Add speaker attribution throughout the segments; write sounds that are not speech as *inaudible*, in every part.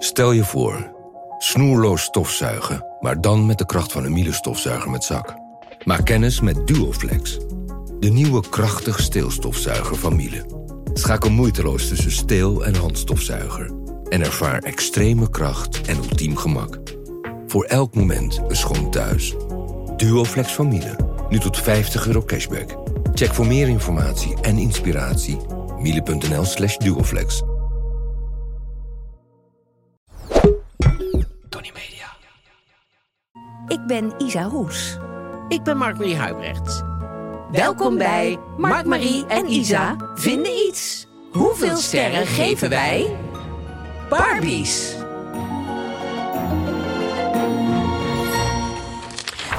Speaker 1: Stel je voor, snoerloos stofzuigen, maar dan met de kracht van een Miele stofzuiger met zak. Maak kennis met Duoflex, de nieuwe krachtig steelstofzuiger van Miele. Schakel moeiteloos tussen steel- en handstofzuiger en ervaar extreme kracht en ultiem gemak. Voor elk moment een schoon thuis. Duoflex van Miele, nu tot 50 euro cashback. Check voor meer informatie en inspiratie miele.nl slash duoflex.
Speaker 2: Ik ben Isa Roes.
Speaker 3: Ik ben Mark-Marie Huibrecht.
Speaker 2: Welkom bij Mark, Marie en Isa vinden iets.
Speaker 3: Hoeveel sterren geven wij? Barbies.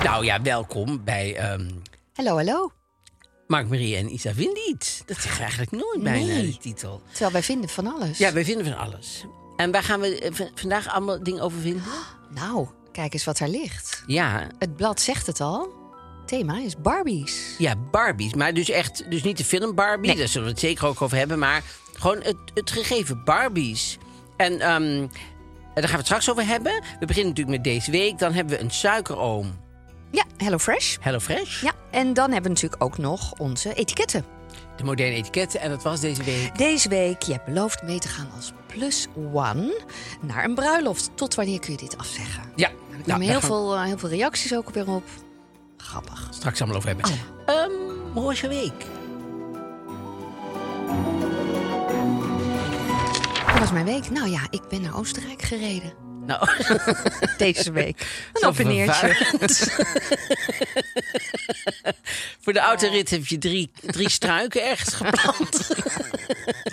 Speaker 3: Nou ja, welkom bij ehm
Speaker 4: Hallo, hallo.
Speaker 3: Mark-Marie en Isa vinden iets. Dat zeg je eigenlijk nooit bijna, die titel.
Speaker 4: Terwijl wij vinden van alles.
Speaker 3: Ja, wij vinden van alles. En waar gaan we eh, v- vandaag allemaal dingen over vinden?
Speaker 2: Oh.
Speaker 4: Nou, kijk eens wat daar ligt.
Speaker 3: Ja,
Speaker 4: Het blad zegt het al. Thema is Barbies.
Speaker 3: ja, Barbies. Maar dus echt, dus niet de film Barbie, daar zullen we het zeker ook over hebben. Maar gewoon het, het gegeven Barbies. En ehm, daar gaan we het straks over hebben. We beginnen natuurlijk met deze week. Dan hebben we een suikeroom
Speaker 4: Ja, Hello Fresh.
Speaker 3: Hello Fresh.
Speaker 4: Ja, en dan hebben we natuurlijk ook nog onze etiketten.
Speaker 3: De moderne etiketten. En dat was deze week.
Speaker 4: Deze week, je hebt beloofd mee te gaan als plus one naar een bruiloft. Tot wanneer kun je dit afzeggen?
Speaker 3: Ja,
Speaker 4: Er
Speaker 3: nou,
Speaker 4: kwamen
Speaker 3: daar
Speaker 4: heel,
Speaker 3: gaan we
Speaker 4: veel, eh, heel veel reacties ook weer op. Grappig.
Speaker 3: het straks allemaal over hebben. Ehm, hoe was je week?
Speaker 4: Hoe was mijn week? Nou ja, ik ben naar Oostenrijk
Speaker 3: *laughs*
Speaker 4: gereden.
Speaker 3: Nou,
Speaker 4: Deze week. Een
Speaker 3: Zo *laughs*
Speaker 4: appeneertje.
Speaker 3: voor de autorit heb je drie, drie struiken ergens geplant.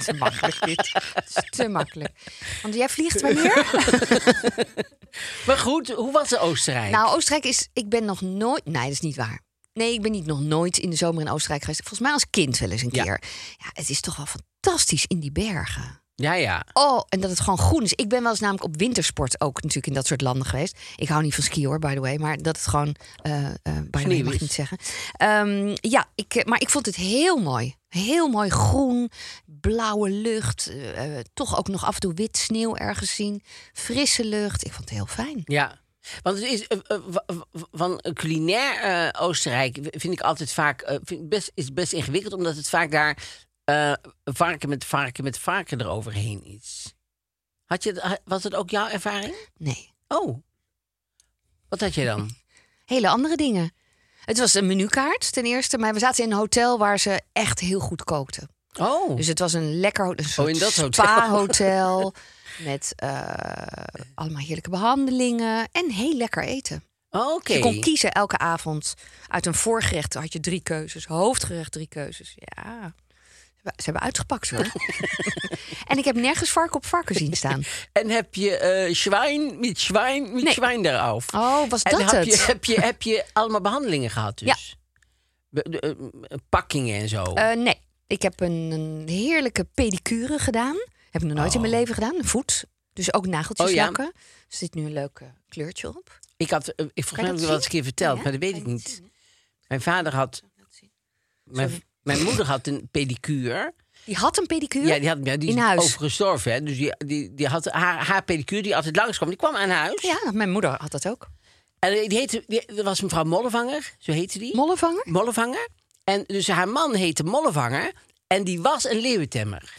Speaker 4: Te makkelijk *laughs* dit. Het is te makkelijk. Want jij vliegt wanneer?
Speaker 3: Maar goed, hoe was het Oostenrijk?
Speaker 4: Nou, Oostenrijk is. Ik ben nog nooit. Nee, dat is niet waar. Nee, ik ben niet nog nooit in de zomer in Oostenrijk geweest. Volgens mij als kind wel eens een
Speaker 3: Ja.
Speaker 4: keer. Ja, het is toch wel fantastisch in die bergen.
Speaker 3: ja, ja.
Speaker 4: Oh, en dat het gewoon groen is. Ik ben wel eens namelijk op wintersport ook natuurlijk in dat soort landen geweest. Ik hou niet van ski hoor, by the way. Maar dat het gewoon. eh eh by the way,
Speaker 3: Sneeuw
Speaker 4: mag
Speaker 3: is.
Speaker 4: ik niet zeggen. Ehm, ja, ik, eh, maar ik vond het heel mooi. Heel mooi groen, blauwe lucht. eh, eh, toch ook nog af en toe wit sneeuw ergens zien. Frisse lucht. Ik vond het heel fijn.
Speaker 3: Ja. Want het is eh, eh, wa- wa- van een culinair eh, Oostenrijk vind ik altijd vaak eh, vind ik best, is best ingewikkeld, omdat het vaak daar eh, varken met varken met varken eroverheen is. Had je, ha- was dat ook jouw ervaring?
Speaker 4: Nee.
Speaker 3: Oh, wat had je
Speaker 4: *laughs*
Speaker 3: dan?
Speaker 4: hele andere dingen. Het was een menukaart ten eerste, maar we zaten in een hotel waar ze echt heel goed kookten.
Speaker 3: Oh,
Speaker 4: Dus het was een lekker ho- een soort
Speaker 3: in dat hotel. *laughs*
Speaker 4: spa-hotel met eh, allemaal heerlijke behandelingen en heel lekker eten.
Speaker 3: oh,
Speaker 4: Dus
Speaker 3: oké.
Speaker 4: Je kon kiezen elke avond uit een voorgerecht had je drie keuzes, hoofdgerecht drie keuzes. Ja, ze hebben- ze hebben
Speaker 3: *laughs*
Speaker 4: uitgepakt hoor. en ik heb nergens varken op varken zien staan.
Speaker 3: En heb je eh zwijn met zwijn met
Speaker 4: Nee.
Speaker 3: zwijn eraf.
Speaker 4: Oh, was
Speaker 3: en
Speaker 4: dat
Speaker 3: heb
Speaker 4: het?
Speaker 3: Je, heb, je, heb je allemaal behandelingen gehad dus? Ja. pakkingen en zo.
Speaker 4: Eh, nee, ik heb een, een heerlijke pedicure gedaan. Heb ik nog nooit in mijn leven gedaan. Een voet. Dus ook nageltjes
Speaker 3: Oh, ja.
Speaker 4: lakken. Er zit nu een leuk eh, kleurtje op.
Speaker 3: ik had, eh, ik volgens mij
Speaker 4: je
Speaker 3: heb ik wel
Speaker 4: dat
Speaker 3: eens een
Speaker 4: zien?
Speaker 3: keer verteld,
Speaker 4: Ja,
Speaker 3: maar dat weet
Speaker 4: kan
Speaker 3: ik
Speaker 4: je
Speaker 3: niet.
Speaker 4: dat zien,
Speaker 3: mijn vader had, mijn, mijn moeder had een pedicure.
Speaker 4: Die had een pedicure?
Speaker 3: Ja, die had, ja, die is
Speaker 4: in huis.
Speaker 3: overgestorven, hè? Dus die, die, die had haar, haar pedicure die altijd langskwam. Die kwam aan huis.
Speaker 4: Ja, mijn moeder had dat ook.
Speaker 3: En die heette, die, dat was mevrouw Mollevanger, zo heette die.
Speaker 4: Mollevanger?
Speaker 3: Mollevanger. En dus haar man heette Mollevanger. En die was een
Speaker 4: *laughs*
Speaker 3: leeuwentemmer.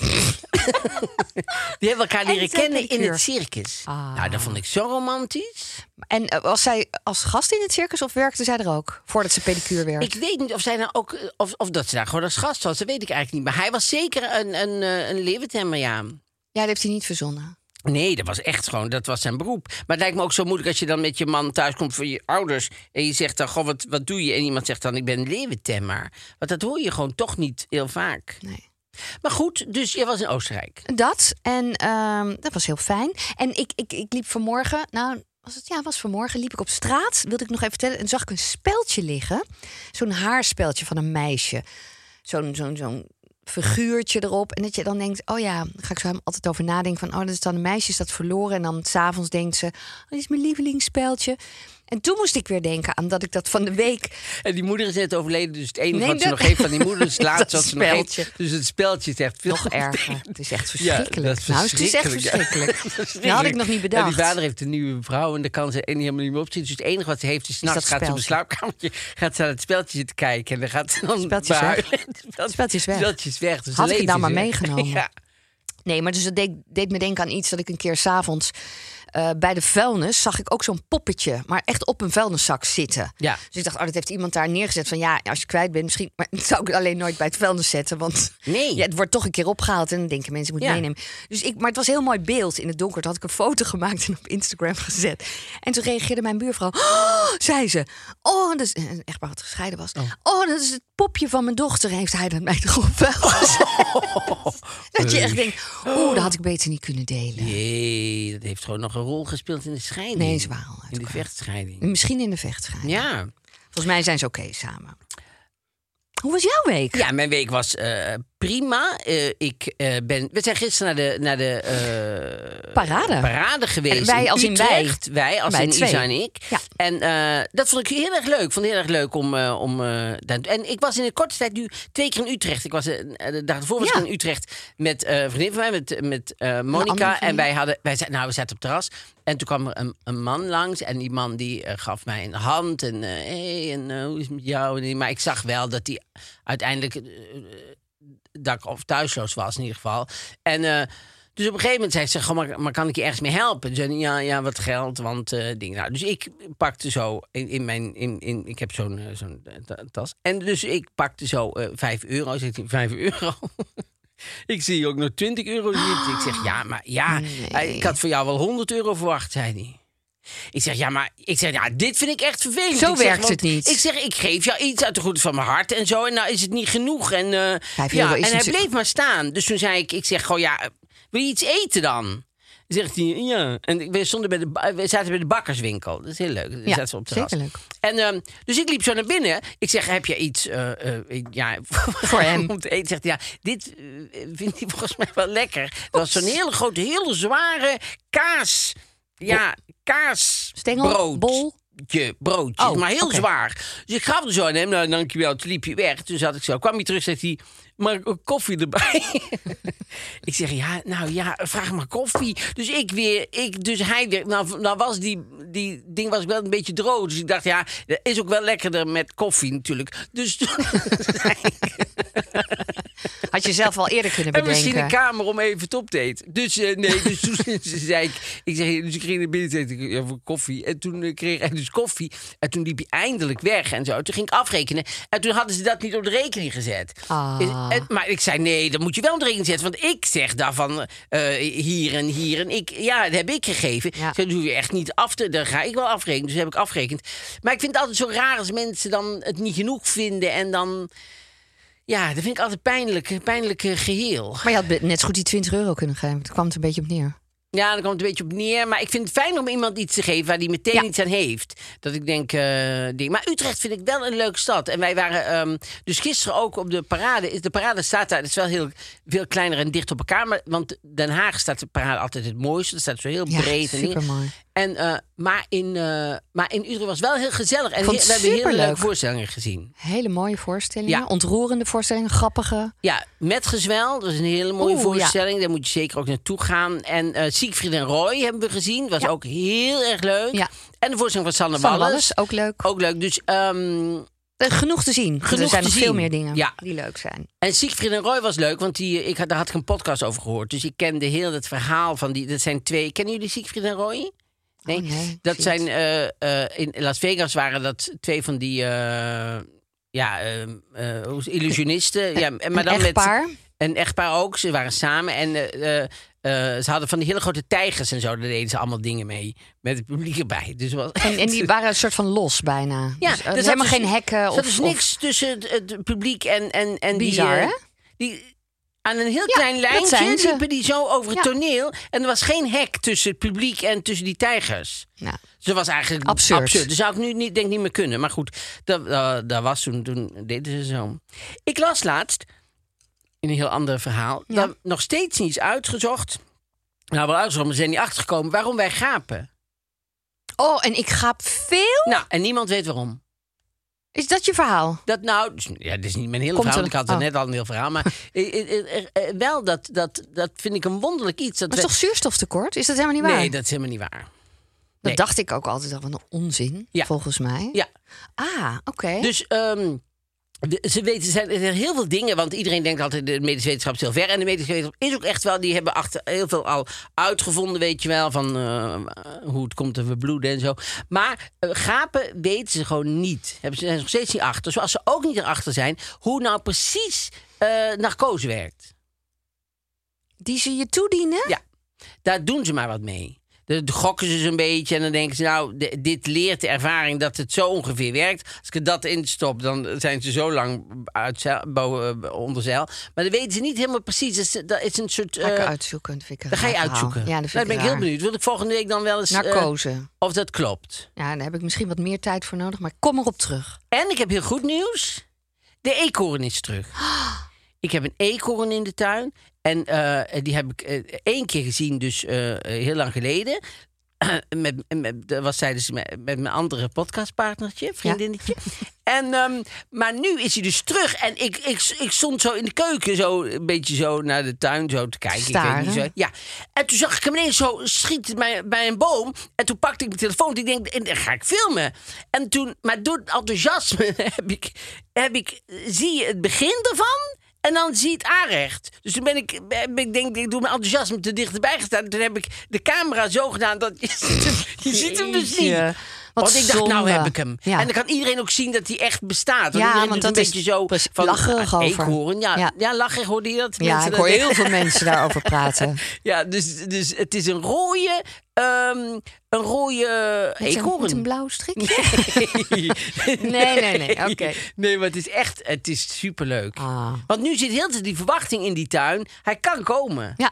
Speaker 3: die hebben elkaar
Speaker 4: En
Speaker 3: leren
Speaker 4: zijn
Speaker 3: kennen in
Speaker 4: pedicure. Ah.
Speaker 3: het circus. Nou, dat vond ik zo romantisch.
Speaker 4: En eh, was zij als gast in het circus of werkte zij er ook? Voordat ze pedicure werd.
Speaker 3: Ik weet niet of, zij nou ook, eh, of, of dat ze daar gewoon als gast was. Dat weet ik eigenlijk niet. Maar hij was zeker een, een, eh, een leeuwentemmer, ja.
Speaker 4: Ja, dat heeft hij niet verzonnen.
Speaker 3: Nee, dat was echt gewoon, dat was zijn beroep. Maar het lijkt me ook zo moeilijk als je dan met je man thuis komt voor je ouders. En je zegt dan, goh, wat, wat doe je? En iemand zegt dan, ik ben een leeuwentemmer. Want dat hoor je gewoon toch niet heel vaak.
Speaker 4: Nee.
Speaker 3: Maar goed, dus jij was in Oostenrijk.
Speaker 4: Dat. En ehm, dat was heel fijn. En ik, ik, ik liep vanmorgen. Nou, was het? Ja, was vanmorgen. Liep ik op straat. Wilde ik nog even vertellen. En zag ik een speldje liggen. Zo'n haarspeltje van een meisje. Zo'n zo'n zo'n figuurtje erop. En dat je dan denkt: oh ja, daar ga ik zo helemaal altijd over nadenken. Van oh, dat is dan een meisje is dat verloren. En dan s'avonds denkt ze: oh, dit is mijn lievelingsspeltje. En toen moest ik weer denken aan dat ik dat van de week.
Speaker 3: En die moeder is net overleden, dus het enige
Speaker 4: Nee,
Speaker 3: wat ze
Speaker 4: dat-
Speaker 3: nog heeft van die moeder *laughs* is het
Speaker 4: Dat
Speaker 3: laatste wat ze nog heeft.
Speaker 4: speldje.
Speaker 3: Dus het speldje zegt veel *laughs*
Speaker 4: Nog erger. *laughs* Het is echt
Speaker 3: Ja,
Speaker 4: verschrikkelijk.
Speaker 3: dat is
Speaker 4: nou, het is echt
Speaker 3: verschrikkelijk, ja.
Speaker 4: verschrikkelijk.
Speaker 3: *laughs* verschrikkelijk.
Speaker 4: Dat had ik nog niet bedacht.
Speaker 3: En die vader heeft een nieuwe vrouw en daar kan ze en helemaal niet meer op zitten. Dus het enige wat ze heeft is, 's nachts
Speaker 4: dat
Speaker 3: gaat ze op een slaapkamertje, gaat ze aan het speltje zitten kijken. En dan gaat ze dan
Speaker 4: Speldje is
Speaker 3: behuilen.
Speaker 4: weg.
Speaker 3: *laughs* Het speltje-
Speaker 4: Speldje is weg.
Speaker 3: het speldje is weg. Dus
Speaker 4: Had
Speaker 3: de
Speaker 4: ik het nou
Speaker 3: lezer
Speaker 4: maar
Speaker 3: is weg.
Speaker 4: meegenomen.
Speaker 3: Ja.
Speaker 4: Nee, maar dus dat deed, deed me denken aan iets dat ik een keer s'avonds eh bij de vuilnis zag ik ook zo'n poppetje, maar echt op een vuilniszak zitten.
Speaker 3: Ja.
Speaker 4: Dus ik dacht, oh, dat heeft iemand daar neergezet. Van ja, als je kwijt bent, misschien. Maar *laughs* dat zou ik alleen nooit bij het vuilnis zetten, want
Speaker 3: Nee.
Speaker 4: *laughs* ja, het wordt toch een keer opgehaald en dan denken mensen, ik moet
Speaker 3: Ja.
Speaker 4: meenemen. Dus ik, maar het was een heel mooi beeld in het donker. Toen had ik een foto gemaakt en op Instagram gezet. En toen reageerde mijn buurvrouw, oh, zei ze, oh, dat is en echt maar wat gescheiden was. Oh. dat is het popje van mijn dochter. Heeft hij dat mij toch op
Speaker 3: *laughs*
Speaker 4: *laughs* vuilnis dat je echt denkt, oeh, dat had ik beter niet kunnen delen.
Speaker 3: Jee, dat heeft gewoon nog een rol gespeeld in de scheiding.
Speaker 4: Nee, ze waren al uit
Speaker 3: In de
Speaker 4: elkaar.
Speaker 3: vechtscheiding.
Speaker 4: Misschien in de vechtscheiding.
Speaker 3: Ja.
Speaker 4: Volgens mij zijn ze oké samen. Hoe was jouw week?
Speaker 3: ja, mijn week was eh, prima. Eh, ik, eh, ben, we zijn gisteren naar de, naar de eh,
Speaker 4: Parade.
Speaker 3: parade geweest.
Speaker 4: En wij
Speaker 3: in
Speaker 4: als in wij.
Speaker 3: Utrecht. wij. als
Speaker 4: Wij
Speaker 3: in
Speaker 4: twee.
Speaker 3: Isa en ik.
Speaker 4: Ja.
Speaker 3: En eh, dat vond ik heel erg leuk. Ik vond het heel erg leuk om... eh, om eh, daar- en ik was in een korte tijd nu twee keer in Utrecht. Ik was eh, de dag ervoor was
Speaker 4: Ja.
Speaker 3: ik in Utrecht met eh, een vriendin van mij, met, met eh,
Speaker 4: andere
Speaker 3: Monica. En
Speaker 4: vriendin.
Speaker 3: wij hadden, wij zaten, nou, we zaten op het terras. En toen kwam er een, een man langs. En die man die eh, gaf mij een hand. En eh, hey, en eh, hoe is het met jou? En die- maar ik zag wel dat hij uiteindelijk eh, dat ik of thuisloos was in ieder geval. En eh, dus op een gegeven moment zei ze, "Goh, maar, maar kan ik je ergens mee helpen? En zei, ja, ja, wat geld, want eh ding. Nou, dus ik pakte zo in, in mijn, in, in, ik heb zo'n eh, zo'n eh, ta- tas. En dus ik pakte zo eh 5 euro. Zegt hij, 5 euro? *laughs* ik zie ook nog 20 euro zitten. Ik zeg, ja, maar ja, eh, ik had voor jou wel 100 euro verwacht, zei hij. Ik zeg, ja, maar ik zeg, ja, dit vind ik echt vervelend.
Speaker 4: Zo
Speaker 3: Ik zeg,
Speaker 4: werkt
Speaker 3: want
Speaker 4: het niet.
Speaker 3: Ik zeg, ik geef jou iets uit de goedheid van mijn hart en zo. En nou is het niet genoeg. En, eh,
Speaker 4: Vijf
Speaker 3: ja,
Speaker 4: euro is
Speaker 3: en hij
Speaker 4: natuurlijk-
Speaker 3: bleef maar staan. Dus toen zei ik, ik zeg gewoon, ja, wil je iets eten dan? Zegt hij, ja. En we, stonden bij de, ba- we zaten bij de bakkerswinkel. Dat is heel leuk. Daar
Speaker 4: Ja,
Speaker 3: zaten we op het terras.
Speaker 4: zeker leuk.
Speaker 3: En, ehm, dus ik liep zo naar binnen. Ik zeg, heb je iets eh, eh, ik- ja, *laughs*
Speaker 4: Voor hem.
Speaker 3: om te eten? Zegt hij, ja, dit eh, vindt hij *laughs* volgens mij wel lekker. Het was zo'n hele grote, hele zware kaas. Ja, kaas.
Speaker 4: Stengel?
Speaker 3: brood
Speaker 4: Bol?
Speaker 3: broodje, broodjes,
Speaker 4: Oh,
Speaker 3: maar heel
Speaker 4: oké.
Speaker 3: zwaar. Dus ik gaf er zo aan hem, nou, dankjewel, toen liep hij weg. Toen zat ik zo, kwam hij terug, zegt hij, maar ook koffie erbij? *laughs* ik zeg, ja, nou ja, vraag maar koffie. Dus ik weer, ik, dus hij weer, nou, nou was die, die ding was wel een beetje droog. Dus ik dacht, ja, dat is ook wel lekkerder met koffie natuurlijk. Dus toen
Speaker 4: Had je zelf al eerder kunnen
Speaker 3: En
Speaker 4: bedenken.
Speaker 3: misschien *laughs* een kamer om even top te eten. Dus eh,
Speaker 4: *laughs*
Speaker 3: nee, dus toen zei ik, ik zeg, dus ik ging naar binnen zei ik, ja, voor koffie. En toen eh, kreeg hij dus koffie. En toen liep hij eindelijk weg en zo. Toen ging ik afrekenen. En toen hadden ze dat niet op de rekening gezet.
Speaker 4: Ah.
Speaker 3: Is- en- maar ik zei, nee, dat moet je wel op de rekening zetten. Want ik zeg daarvan eh, hier en hier. En ik, ja, dat heb ik gegeven.
Speaker 4: Ja.
Speaker 3: Ik zei, dat hoef je echt niet af te... Daar ga ik wel afrekenen. Dus dat heb ik afgerekend. Maar ik vind het altijd zo raar als mensen dan het niet genoeg vinden. En dan... Ja, dat vind ik altijd pijnlijk. Pijnlijk eh, geheel.
Speaker 4: Maar je had be- net zo goed die 20 euro kunnen geven. Het kwam het een beetje op neer.
Speaker 3: Ja, daar komt het een beetje op neer. Maar ik vind het fijn om iemand iets te geven waar die meteen
Speaker 4: Ja.
Speaker 3: iets aan heeft. Dat ik denk, eh, die- maar Utrecht vind ik wel een leuke stad. En wij waren ehm, dus gisteren ook op de parade. Is- De parade staat daar, het is wel heel veel kleiner en dicht op elkaar. Maar, want Den Haag staat de parade altijd het mooiste. Dat staat zo heel
Speaker 4: Ja,
Speaker 3: breed. en dingen.
Speaker 4: supermooi.
Speaker 3: En, eh, maar, in, eh, maar in Utrecht was het wel heel gezellig. En
Speaker 4: vond
Speaker 3: he-
Speaker 4: het
Speaker 3: we hebben hele
Speaker 4: superleuk.
Speaker 3: leuke voorstellingen gezien.
Speaker 4: Hele mooie voorstellingen.
Speaker 3: Ja.
Speaker 4: Ontroerende voorstellingen, grappige.
Speaker 3: Ja, met gezwel. Dat is een hele mooie
Speaker 4: Oeh,
Speaker 3: voorstelling. Daar moet je zeker ook naartoe gaan. En eh Siegfried en Roy hebben we gezien. Was ook heel erg leuk.
Speaker 4: Ja.
Speaker 3: En de voorstelling van Sanne,
Speaker 4: Sanne
Speaker 3: Wallis.
Speaker 4: Wallis, ook leuk.
Speaker 3: Ook leuk. Dus, ehm,
Speaker 4: Eh, Genoeg te zien.
Speaker 3: Genoeg
Speaker 4: er zijn
Speaker 3: te
Speaker 4: nog
Speaker 3: zien.
Speaker 4: veel meer dingen
Speaker 3: Ja.
Speaker 4: die leuk zijn.
Speaker 3: en Siegfried en Roy was leuk, want die, eh, ik had, daar had ik een podcast over gehoord. Dus ik kende heel het verhaal van die. Dat zijn twee. Kennen jullie Siegfried en Roy? Nee.
Speaker 4: Oh, nee,
Speaker 3: dat
Speaker 4: shit.
Speaker 3: zijn. eh, eh, in Las Vegas waren dat twee van die. eh, ja, eh, eh, hoe is- illusionisten. Ja, en- maar
Speaker 4: Een
Speaker 3: dan met.
Speaker 4: echtpaar.
Speaker 3: Een echtpaar ook. Ze waren samen en eh, eh, eh, ze hadden van die hele grote tijgers en zo. Daar deden ze allemaal dingen mee. Met het publiek erbij. Dus het was
Speaker 4: En, en
Speaker 3: *laughs*
Speaker 4: die waren een soort van los bijna.
Speaker 3: Ja,
Speaker 4: dus, eh,
Speaker 3: er zat
Speaker 4: helemaal
Speaker 3: dus-
Speaker 4: geen hekken.
Speaker 3: Er
Speaker 4: of,
Speaker 3: zat dus niks tussen het, het publiek en, en, en die...
Speaker 4: Bizar,
Speaker 3: eh,
Speaker 4: hè?
Speaker 3: Die, Aan een heel
Speaker 4: Ja,
Speaker 3: klein
Speaker 4: dat
Speaker 3: lijntje
Speaker 4: zijn ze.
Speaker 3: liepen die zo over het
Speaker 4: Ja.
Speaker 3: toneel. En er was geen hek tussen het publiek en tussen die tijgers.
Speaker 4: Nou,
Speaker 3: Ze was eigenlijk absurd.
Speaker 4: Absurd.
Speaker 3: Dat zou ik nu niet, denk ik niet meer kunnen. Maar goed, dat, dat, dat was toen, toen deden ze zo. Ik las laatst, in een heel ander verhaal,
Speaker 4: Ja.
Speaker 3: dat nog steeds niet is uitgezocht. Nou, wel uitgezocht, maar ze zijn niet achtergekomen waarom wij gapen.
Speaker 4: Oh, en ik gaap veel?
Speaker 3: Nou, en niemand weet waarom.
Speaker 4: Is dat je verhaal?
Speaker 3: Dat nou, dus- ja, dat is niet mijn hele
Speaker 4: Komt
Speaker 3: verhaal.
Speaker 4: er-
Speaker 3: want Ik had er
Speaker 4: oh.
Speaker 3: net al een heel verhaal.
Speaker 4: *laughs*
Speaker 3: Maar eh, eh, eh, eh, wel, dat, dat, dat vind ik een wonderlijk iets. Dat
Speaker 4: Maar het
Speaker 3: we-
Speaker 4: is toch zuurstoftekort? Is dat helemaal niet waar?
Speaker 3: Nee, dat is helemaal niet waar.
Speaker 4: Dat
Speaker 3: nee.
Speaker 4: dacht ik ook altijd. al, Wat een onzin,
Speaker 3: Ja.
Speaker 4: volgens mij.
Speaker 3: Ja,
Speaker 4: Ah, oké.
Speaker 3: Dus ehm, de- ze weten, er zijn er zijn heel veel dingen, want iedereen denkt altijd de medische wetenschap is heel ver. En de medische wetenschap is ook echt wel, die hebben achter, heel veel al uitgevonden, weet je wel, van eh, hoe het komt dat we bloeden en zo. Maar eh, gapen weten ze gewoon niet. Hebben ze zijn ze nog steeds niet achter. Zoals ze ook niet erachter zijn, hoe nou precies eh, narcose werkt.
Speaker 4: Die ze je toedienen?
Speaker 3: Ja, daar doen ze maar wat mee. Dan gokken ze zo'n beetje en dan denken ze, nou, d- dit leert de ervaring dat het zo ongeveer werkt. Als ik er dat instop, dan zijn ze zo lang uit zeil- boven, eh, onder zeil. Maar dan weten ze niet helemaal precies. Dat is, dat is een soort.
Speaker 4: Ga ik
Speaker 3: eh,
Speaker 4: uitzoeken. Dat vind ik een
Speaker 3: dat ga je
Speaker 4: raar verhaal.
Speaker 3: uitzoeken.
Speaker 4: Ja, dat
Speaker 3: Nou,
Speaker 4: vind
Speaker 3: ben ik
Speaker 4: raar.
Speaker 3: heel benieuwd. Wil ik volgende week dan wel eens. eh,
Speaker 4: Narcose.
Speaker 3: of dat klopt.
Speaker 4: ja, daar heb ik misschien wat meer tijd voor nodig, maar ik kom erop terug.
Speaker 3: En ik heb heel goed nieuws. De eekhoorn is terug. *gasps* Ik heb een eekhoorn in de tuin. En eh, die heb ik eh, één keer gezien, dus eh, eh, heel lang geleden. *clears throat* met, met, dat was tijdens met, met mijn andere podcastpartnertje, vriendinnetje. *laughs* En, ehm, maar nu is hij dus terug. En ik, ik, ik stond zo in de keuken, zo een beetje zo naar de tuin zo te kijken. Ik weet niet
Speaker 4: Staren.
Speaker 3: zo, ja. En toen zag ik hem ineens zo schieten bij, bij een boom. En toen pakte ik mijn telefoon. want Ik denk, en dan ga ik filmen. En toen, maar door het enthousiasme *laughs* heb ik, heb ik, zie je het begin ervan. En dan zie je het aanrecht. Dus toen ben ik, ben ik denk ik, doe mijn enthousiasme te dichterbij gestaan. Toen heb ik de camera zo gedaan dat je, *laughs* ziet hem- je ziet hem dus niet.
Speaker 4: Jeetje, wat
Speaker 3: Want ik dacht, nou
Speaker 4: zonde.
Speaker 3: heb ik hem.
Speaker 4: Ja.
Speaker 3: En dan kan iedereen ook zien dat hij echt bestaat. Want
Speaker 4: Ja,
Speaker 3: iedereen
Speaker 4: want
Speaker 3: doet
Speaker 4: dat
Speaker 3: een
Speaker 4: is
Speaker 3: beetje zo
Speaker 4: precies
Speaker 3: van,
Speaker 4: lacherig
Speaker 3: ah,
Speaker 4: over.
Speaker 3: eekhoorn, ja, ja.
Speaker 4: Ja.
Speaker 3: lacherig hoorde je dat?
Speaker 4: Ja,
Speaker 3: mensen
Speaker 4: ik
Speaker 3: dat
Speaker 4: hoor
Speaker 3: denken? *laughs*
Speaker 4: heel veel mensen daarover praten.
Speaker 3: Ja, dus, dus het is een rode, ehm een rode
Speaker 4: Met zo'n-
Speaker 3: eekhoorn.
Speaker 4: met een blauw strikje.
Speaker 3: *laughs* nee,
Speaker 4: Nee, nee, nee, oké.
Speaker 3: Nee, maar het is echt, het is superleuk.
Speaker 4: Ah.
Speaker 3: Want nu zit heel de tijd die verwachting in die tuin. Hij kan komen.
Speaker 4: Ja,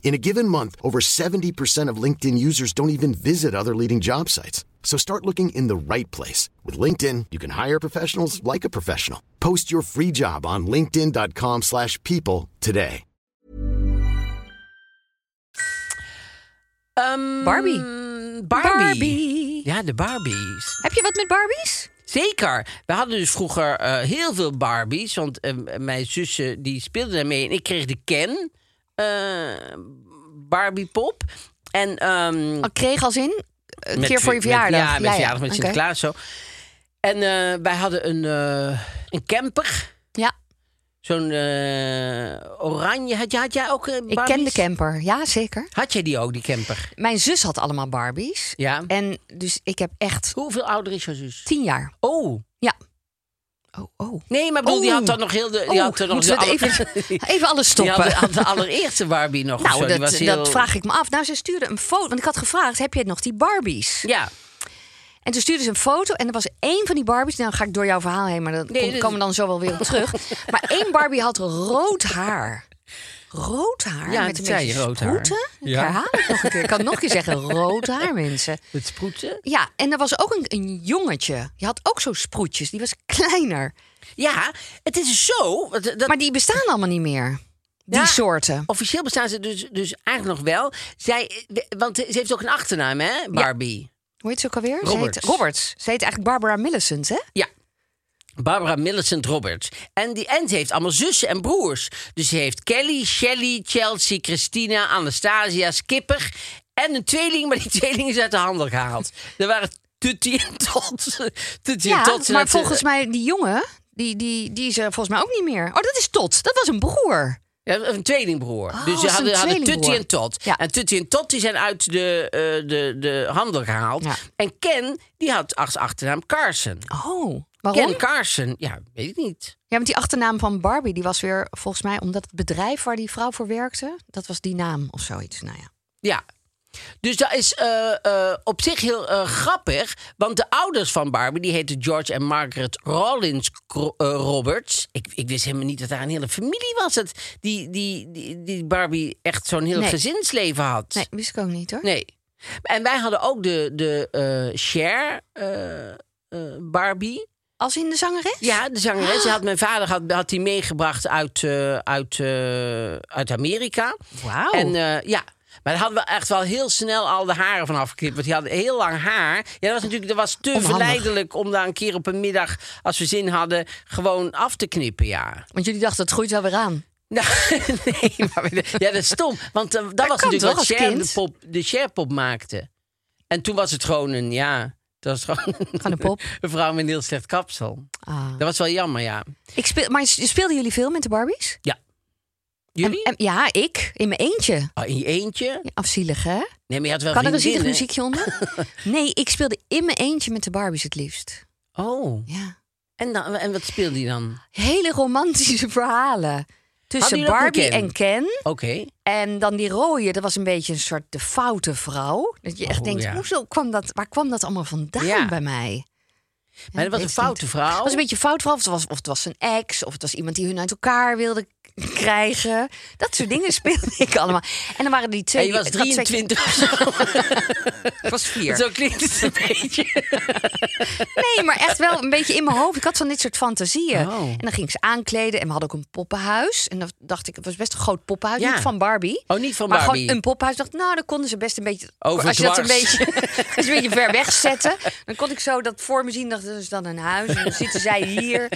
Speaker 5: In a given month, over 70% of LinkedIn users don't even visit other leading job sites. So start looking in the right place. With LinkedIn, you can hire professionals like a professional. Post your free job on linkedin.com/people slash people today.
Speaker 3: Ehm,
Speaker 4: Barbie.
Speaker 3: Barbie.
Speaker 4: Barbie.
Speaker 3: Ja, de Barbies.
Speaker 4: Heb je wat met Barbies?
Speaker 3: Zeker. We hadden dus vroeger eh, heel veel Barbies. Want eh, mijn zussen die speelden daarmee. En ik kreeg de Ken eh, Barbie pop. En, ehm,
Speaker 4: Ik kreeg als in Oh, een
Speaker 3: met
Speaker 4: keer voor je
Speaker 3: z'n- met-
Speaker 4: verjaardag.
Speaker 3: ja, met verjaardag met
Speaker 4: oké.
Speaker 3: Sinterklaas zo. En eh, wij hadden een, eh, een camper.
Speaker 4: Ja,
Speaker 3: Zo'n eh, oranje. Had, jij- had jij ook eh, Barbies?
Speaker 4: ik ken de camper. Ja, zeker.
Speaker 3: Had jij die ook, die camper?
Speaker 4: Mijn zus had allemaal Barbies.
Speaker 3: Ja.
Speaker 4: En dus ik heb echt
Speaker 3: Hoeveel ouder is jouw zus?
Speaker 4: tien jaar.
Speaker 3: Oh.
Speaker 4: Ja. Oh, oh.
Speaker 3: Nee, maar ik bedoel, die
Speaker 4: Oh.
Speaker 3: had dan nog heel de... Die
Speaker 4: Oh,
Speaker 3: had dan nog
Speaker 4: moeten
Speaker 3: de
Speaker 4: we het
Speaker 3: *laughs* aller-
Speaker 4: even, even alles stoppen.
Speaker 3: Die had, had de allereerste Barbie nog. of zo.
Speaker 4: nou,
Speaker 3: Die
Speaker 4: dat,
Speaker 3: was heel-
Speaker 4: dat vraag ik me af. Nou, ze stuurde een foto. Want ik had gevraagd, heb je nog die Barbies?
Speaker 3: Ja.
Speaker 4: En toen stuurde ze een foto en er was één van die Barbies. Nou, ga ik door jouw verhaal heen, maar dan
Speaker 3: Nee,
Speaker 4: kom-
Speaker 3: dit-
Speaker 4: komen we dan zo wel weer op terug.
Speaker 3: *laughs*
Speaker 4: maar één Barbie had rood haar. Rood haar?
Speaker 3: Ja,
Speaker 4: met een
Speaker 3: dat zei
Speaker 4: beetje
Speaker 3: je, rood haar.
Speaker 4: sproeten? Ik
Speaker 3: Ja.
Speaker 4: herhaal het nog een keer. Ik kan het nog een keer zeggen, rood haar, mensen.
Speaker 3: Het sproeten.
Speaker 4: Ja, en er was ook een, een jongetje. Die had ook zo sproetjes. Die was kleiner.
Speaker 3: Ja, het is dus zo. want Dat,
Speaker 4: Maar die bestaan allemaal niet meer. Die
Speaker 3: Ja.
Speaker 4: soorten.
Speaker 3: Officieel bestaan ze dus, dus eigenlijk nog wel. Zij, want ze heeft ook een achternaam, hè? Barbie.
Speaker 4: Hoe heet ze ook alweer?
Speaker 3: Roberts.
Speaker 4: Ze heet, Roberts. Ze heet eigenlijk Barbara Millicent, hè?
Speaker 3: Ja. Barbara Millicent Roberts. En, die, en ze heeft allemaal zussen en broers. Dus ze heeft Kelly, Shelley, Chelsea, Christina, Anastasia, Skipper. En een tweeling, maar die *laughs* tweeling is uit de handel gehaald. Er waren Tutti en Tot. Tutti en
Speaker 4: Ja,
Speaker 3: Tot. eh, zijn
Speaker 4: maar
Speaker 3: uit de-
Speaker 4: volgens mij die jongen, die, die, die is er volgens mij ook niet meer. Oh, dat is Tot. Dat was een broer.
Speaker 3: Ja, een tweelingbroer.
Speaker 4: Oh,
Speaker 3: dus
Speaker 4: het
Speaker 3: ze
Speaker 4: is
Speaker 3: hadden,
Speaker 4: een
Speaker 3: hadden Tutti
Speaker 4: tweelingbroer.
Speaker 3: en Tot.
Speaker 4: Ja.
Speaker 3: En Tutti en Tot die zijn uit de, eh, de, de handel gehaald.
Speaker 4: Ja.
Speaker 3: En Ken, die had als achternaam Carson.
Speaker 4: Oh, waarom?
Speaker 3: Ken Carson, ja, weet ik niet.
Speaker 4: Ja, want die achternaam van Barbie, die was weer volgens mij omdat het bedrijf waar die vrouw voor werkte, dat was die naam of zoiets. Nou ja.
Speaker 3: Ja. Dus dat is eh, eh, op zich heel eh, grappig. Want de ouders van Barbie, die heten George en Margaret Rollins Cro- eh, Roberts. Ik, ik wist helemaal niet dat daar een hele familie was. Dat die, die, die, die Barbie echt zo'n heel
Speaker 4: Nee.
Speaker 3: gezinsleven had.
Speaker 4: Nee, wist ik ook niet hoor.
Speaker 3: Nee. En wij hadden ook de, de eh, Cher eh, eh, Barbie.
Speaker 4: Als in de zangeres?
Speaker 3: Ja, de zangeres. Die Had, mijn vader had, had die meegebracht uit, eh, uit, eh, uit Amerika.
Speaker 4: Wauw.
Speaker 3: En eh, ja. Maar daar hadden we echt wel heel snel al de haren van afgeknipt. Want die hadden heel lang haar. Ja, dat was natuurlijk dat was te
Speaker 4: Onhandig.
Speaker 3: verleidelijk om daar een keer op een middag, als we zin hadden, gewoon af te knippen. Ja.
Speaker 4: Want jullie dachten, het groeit wel weer aan.
Speaker 3: Nou, *laughs* nee, maar we- ja, dat is stom. Want eh, dat, was
Speaker 4: kan
Speaker 3: natuurlijk wat
Speaker 4: toch als
Speaker 3: Cher de,
Speaker 4: kind?
Speaker 3: pop, de Cher pop maakte. En toen was het gewoon een, ja... Dat was gewoon *laughs* een,
Speaker 4: Gewoon een pop.
Speaker 3: een vrouw met een heel slecht kapsel.
Speaker 4: Ah.
Speaker 3: Dat was wel jammer, ja.
Speaker 4: *laughs* Ik speel, maar s- speelden jullie veel met de Barbies?
Speaker 3: Ja.
Speaker 4: En,
Speaker 3: Jullie?
Speaker 4: en- ja, ik. In mijn eentje.
Speaker 3: Oh, in je eentje?
Speaker 4: Afzielig, hè?
Speaker 3: Nee, maar je had wel
Speaker 4: Kan er een zielig
Speaker 3: vriendinnen.
Speaker 4: muziekje onder? *laughs* Nee, ik speelde in mijn eentje met de Barbies het liefst.
Speaker 3: Oh,
Speaker 4: Ja.
Speaker 3: en, dan, en wat speelde die dan?
Speaker 4: Hele romantische verhalen. Tussen
Speaker 3: jullie ook een
Speaker 4: Barbie
Speaker 3: Ken?
Speaker 4: en Ken.
Speaker 3: Oké.
Speaker 4: En dan die rode, dat was een beetje een soort de foute vrouw. Dat je echt
Speaker 3: Oh,
Speaker 4: denkt,
Speaker 3: ja.
Speaker 4: hoezo kwam dat, waar kwam dat allemaal vandaan
Speaker 3: Ja.
Speaker 4: bij mij?
Speaker 3: Maar dat was
Speaker 4: weet
Speaker 3: een
Speaker 4: ik
Speaker 3: foute
Speaker 4: niet.
Speaker 3: vrouw.
Speaker 4: Het was een beetje een fout vrouw, of het, was, of het was een ex, of het was iemand die hun uit elkaar wilde k- krijgen. Dat soort
Speaker 3: *laughs*
Speaker 4: dingen speelde ik allemaal. En dan waren die twee...
Speaker 3: En je was
Speaker 4: ik had twee-
Speaker 3: 23 of zo.
Speaker 4: *laughs* ik was vier.
Speaker 3: Zo klinkt het een beetje.
Speaker 4: *laughs* Nee, maar echt wel een beetje in mijn hoofd. Ik had van dit soort fantasieën.
Speaker 3: Oh.
Speaker 4: En dan ging ik ze aankleden en we hadden ook een poppenhuis. En dan dacht ik, het was best een groot poppenhuis,
Speaker 3: Ja.
Speaker 4: niet van Barbie.
Speaker 3: Oh, niet van
Speaker 4: maar
Speaker 3: Barbie.
Speaker 4: gewoon een poppenhuis. Ik dacht, nou, dan konden ze best een beetje...
Speaker 3: Over
Speaker 4: als je dat een
Speaker 3: dwars.
Speaker 4: *laughs* beetje, als je een beetje ver wegzetten, dan kon ik zo dat voor me zien. dacht, dat is dan een huis. En dan zitten zij hier.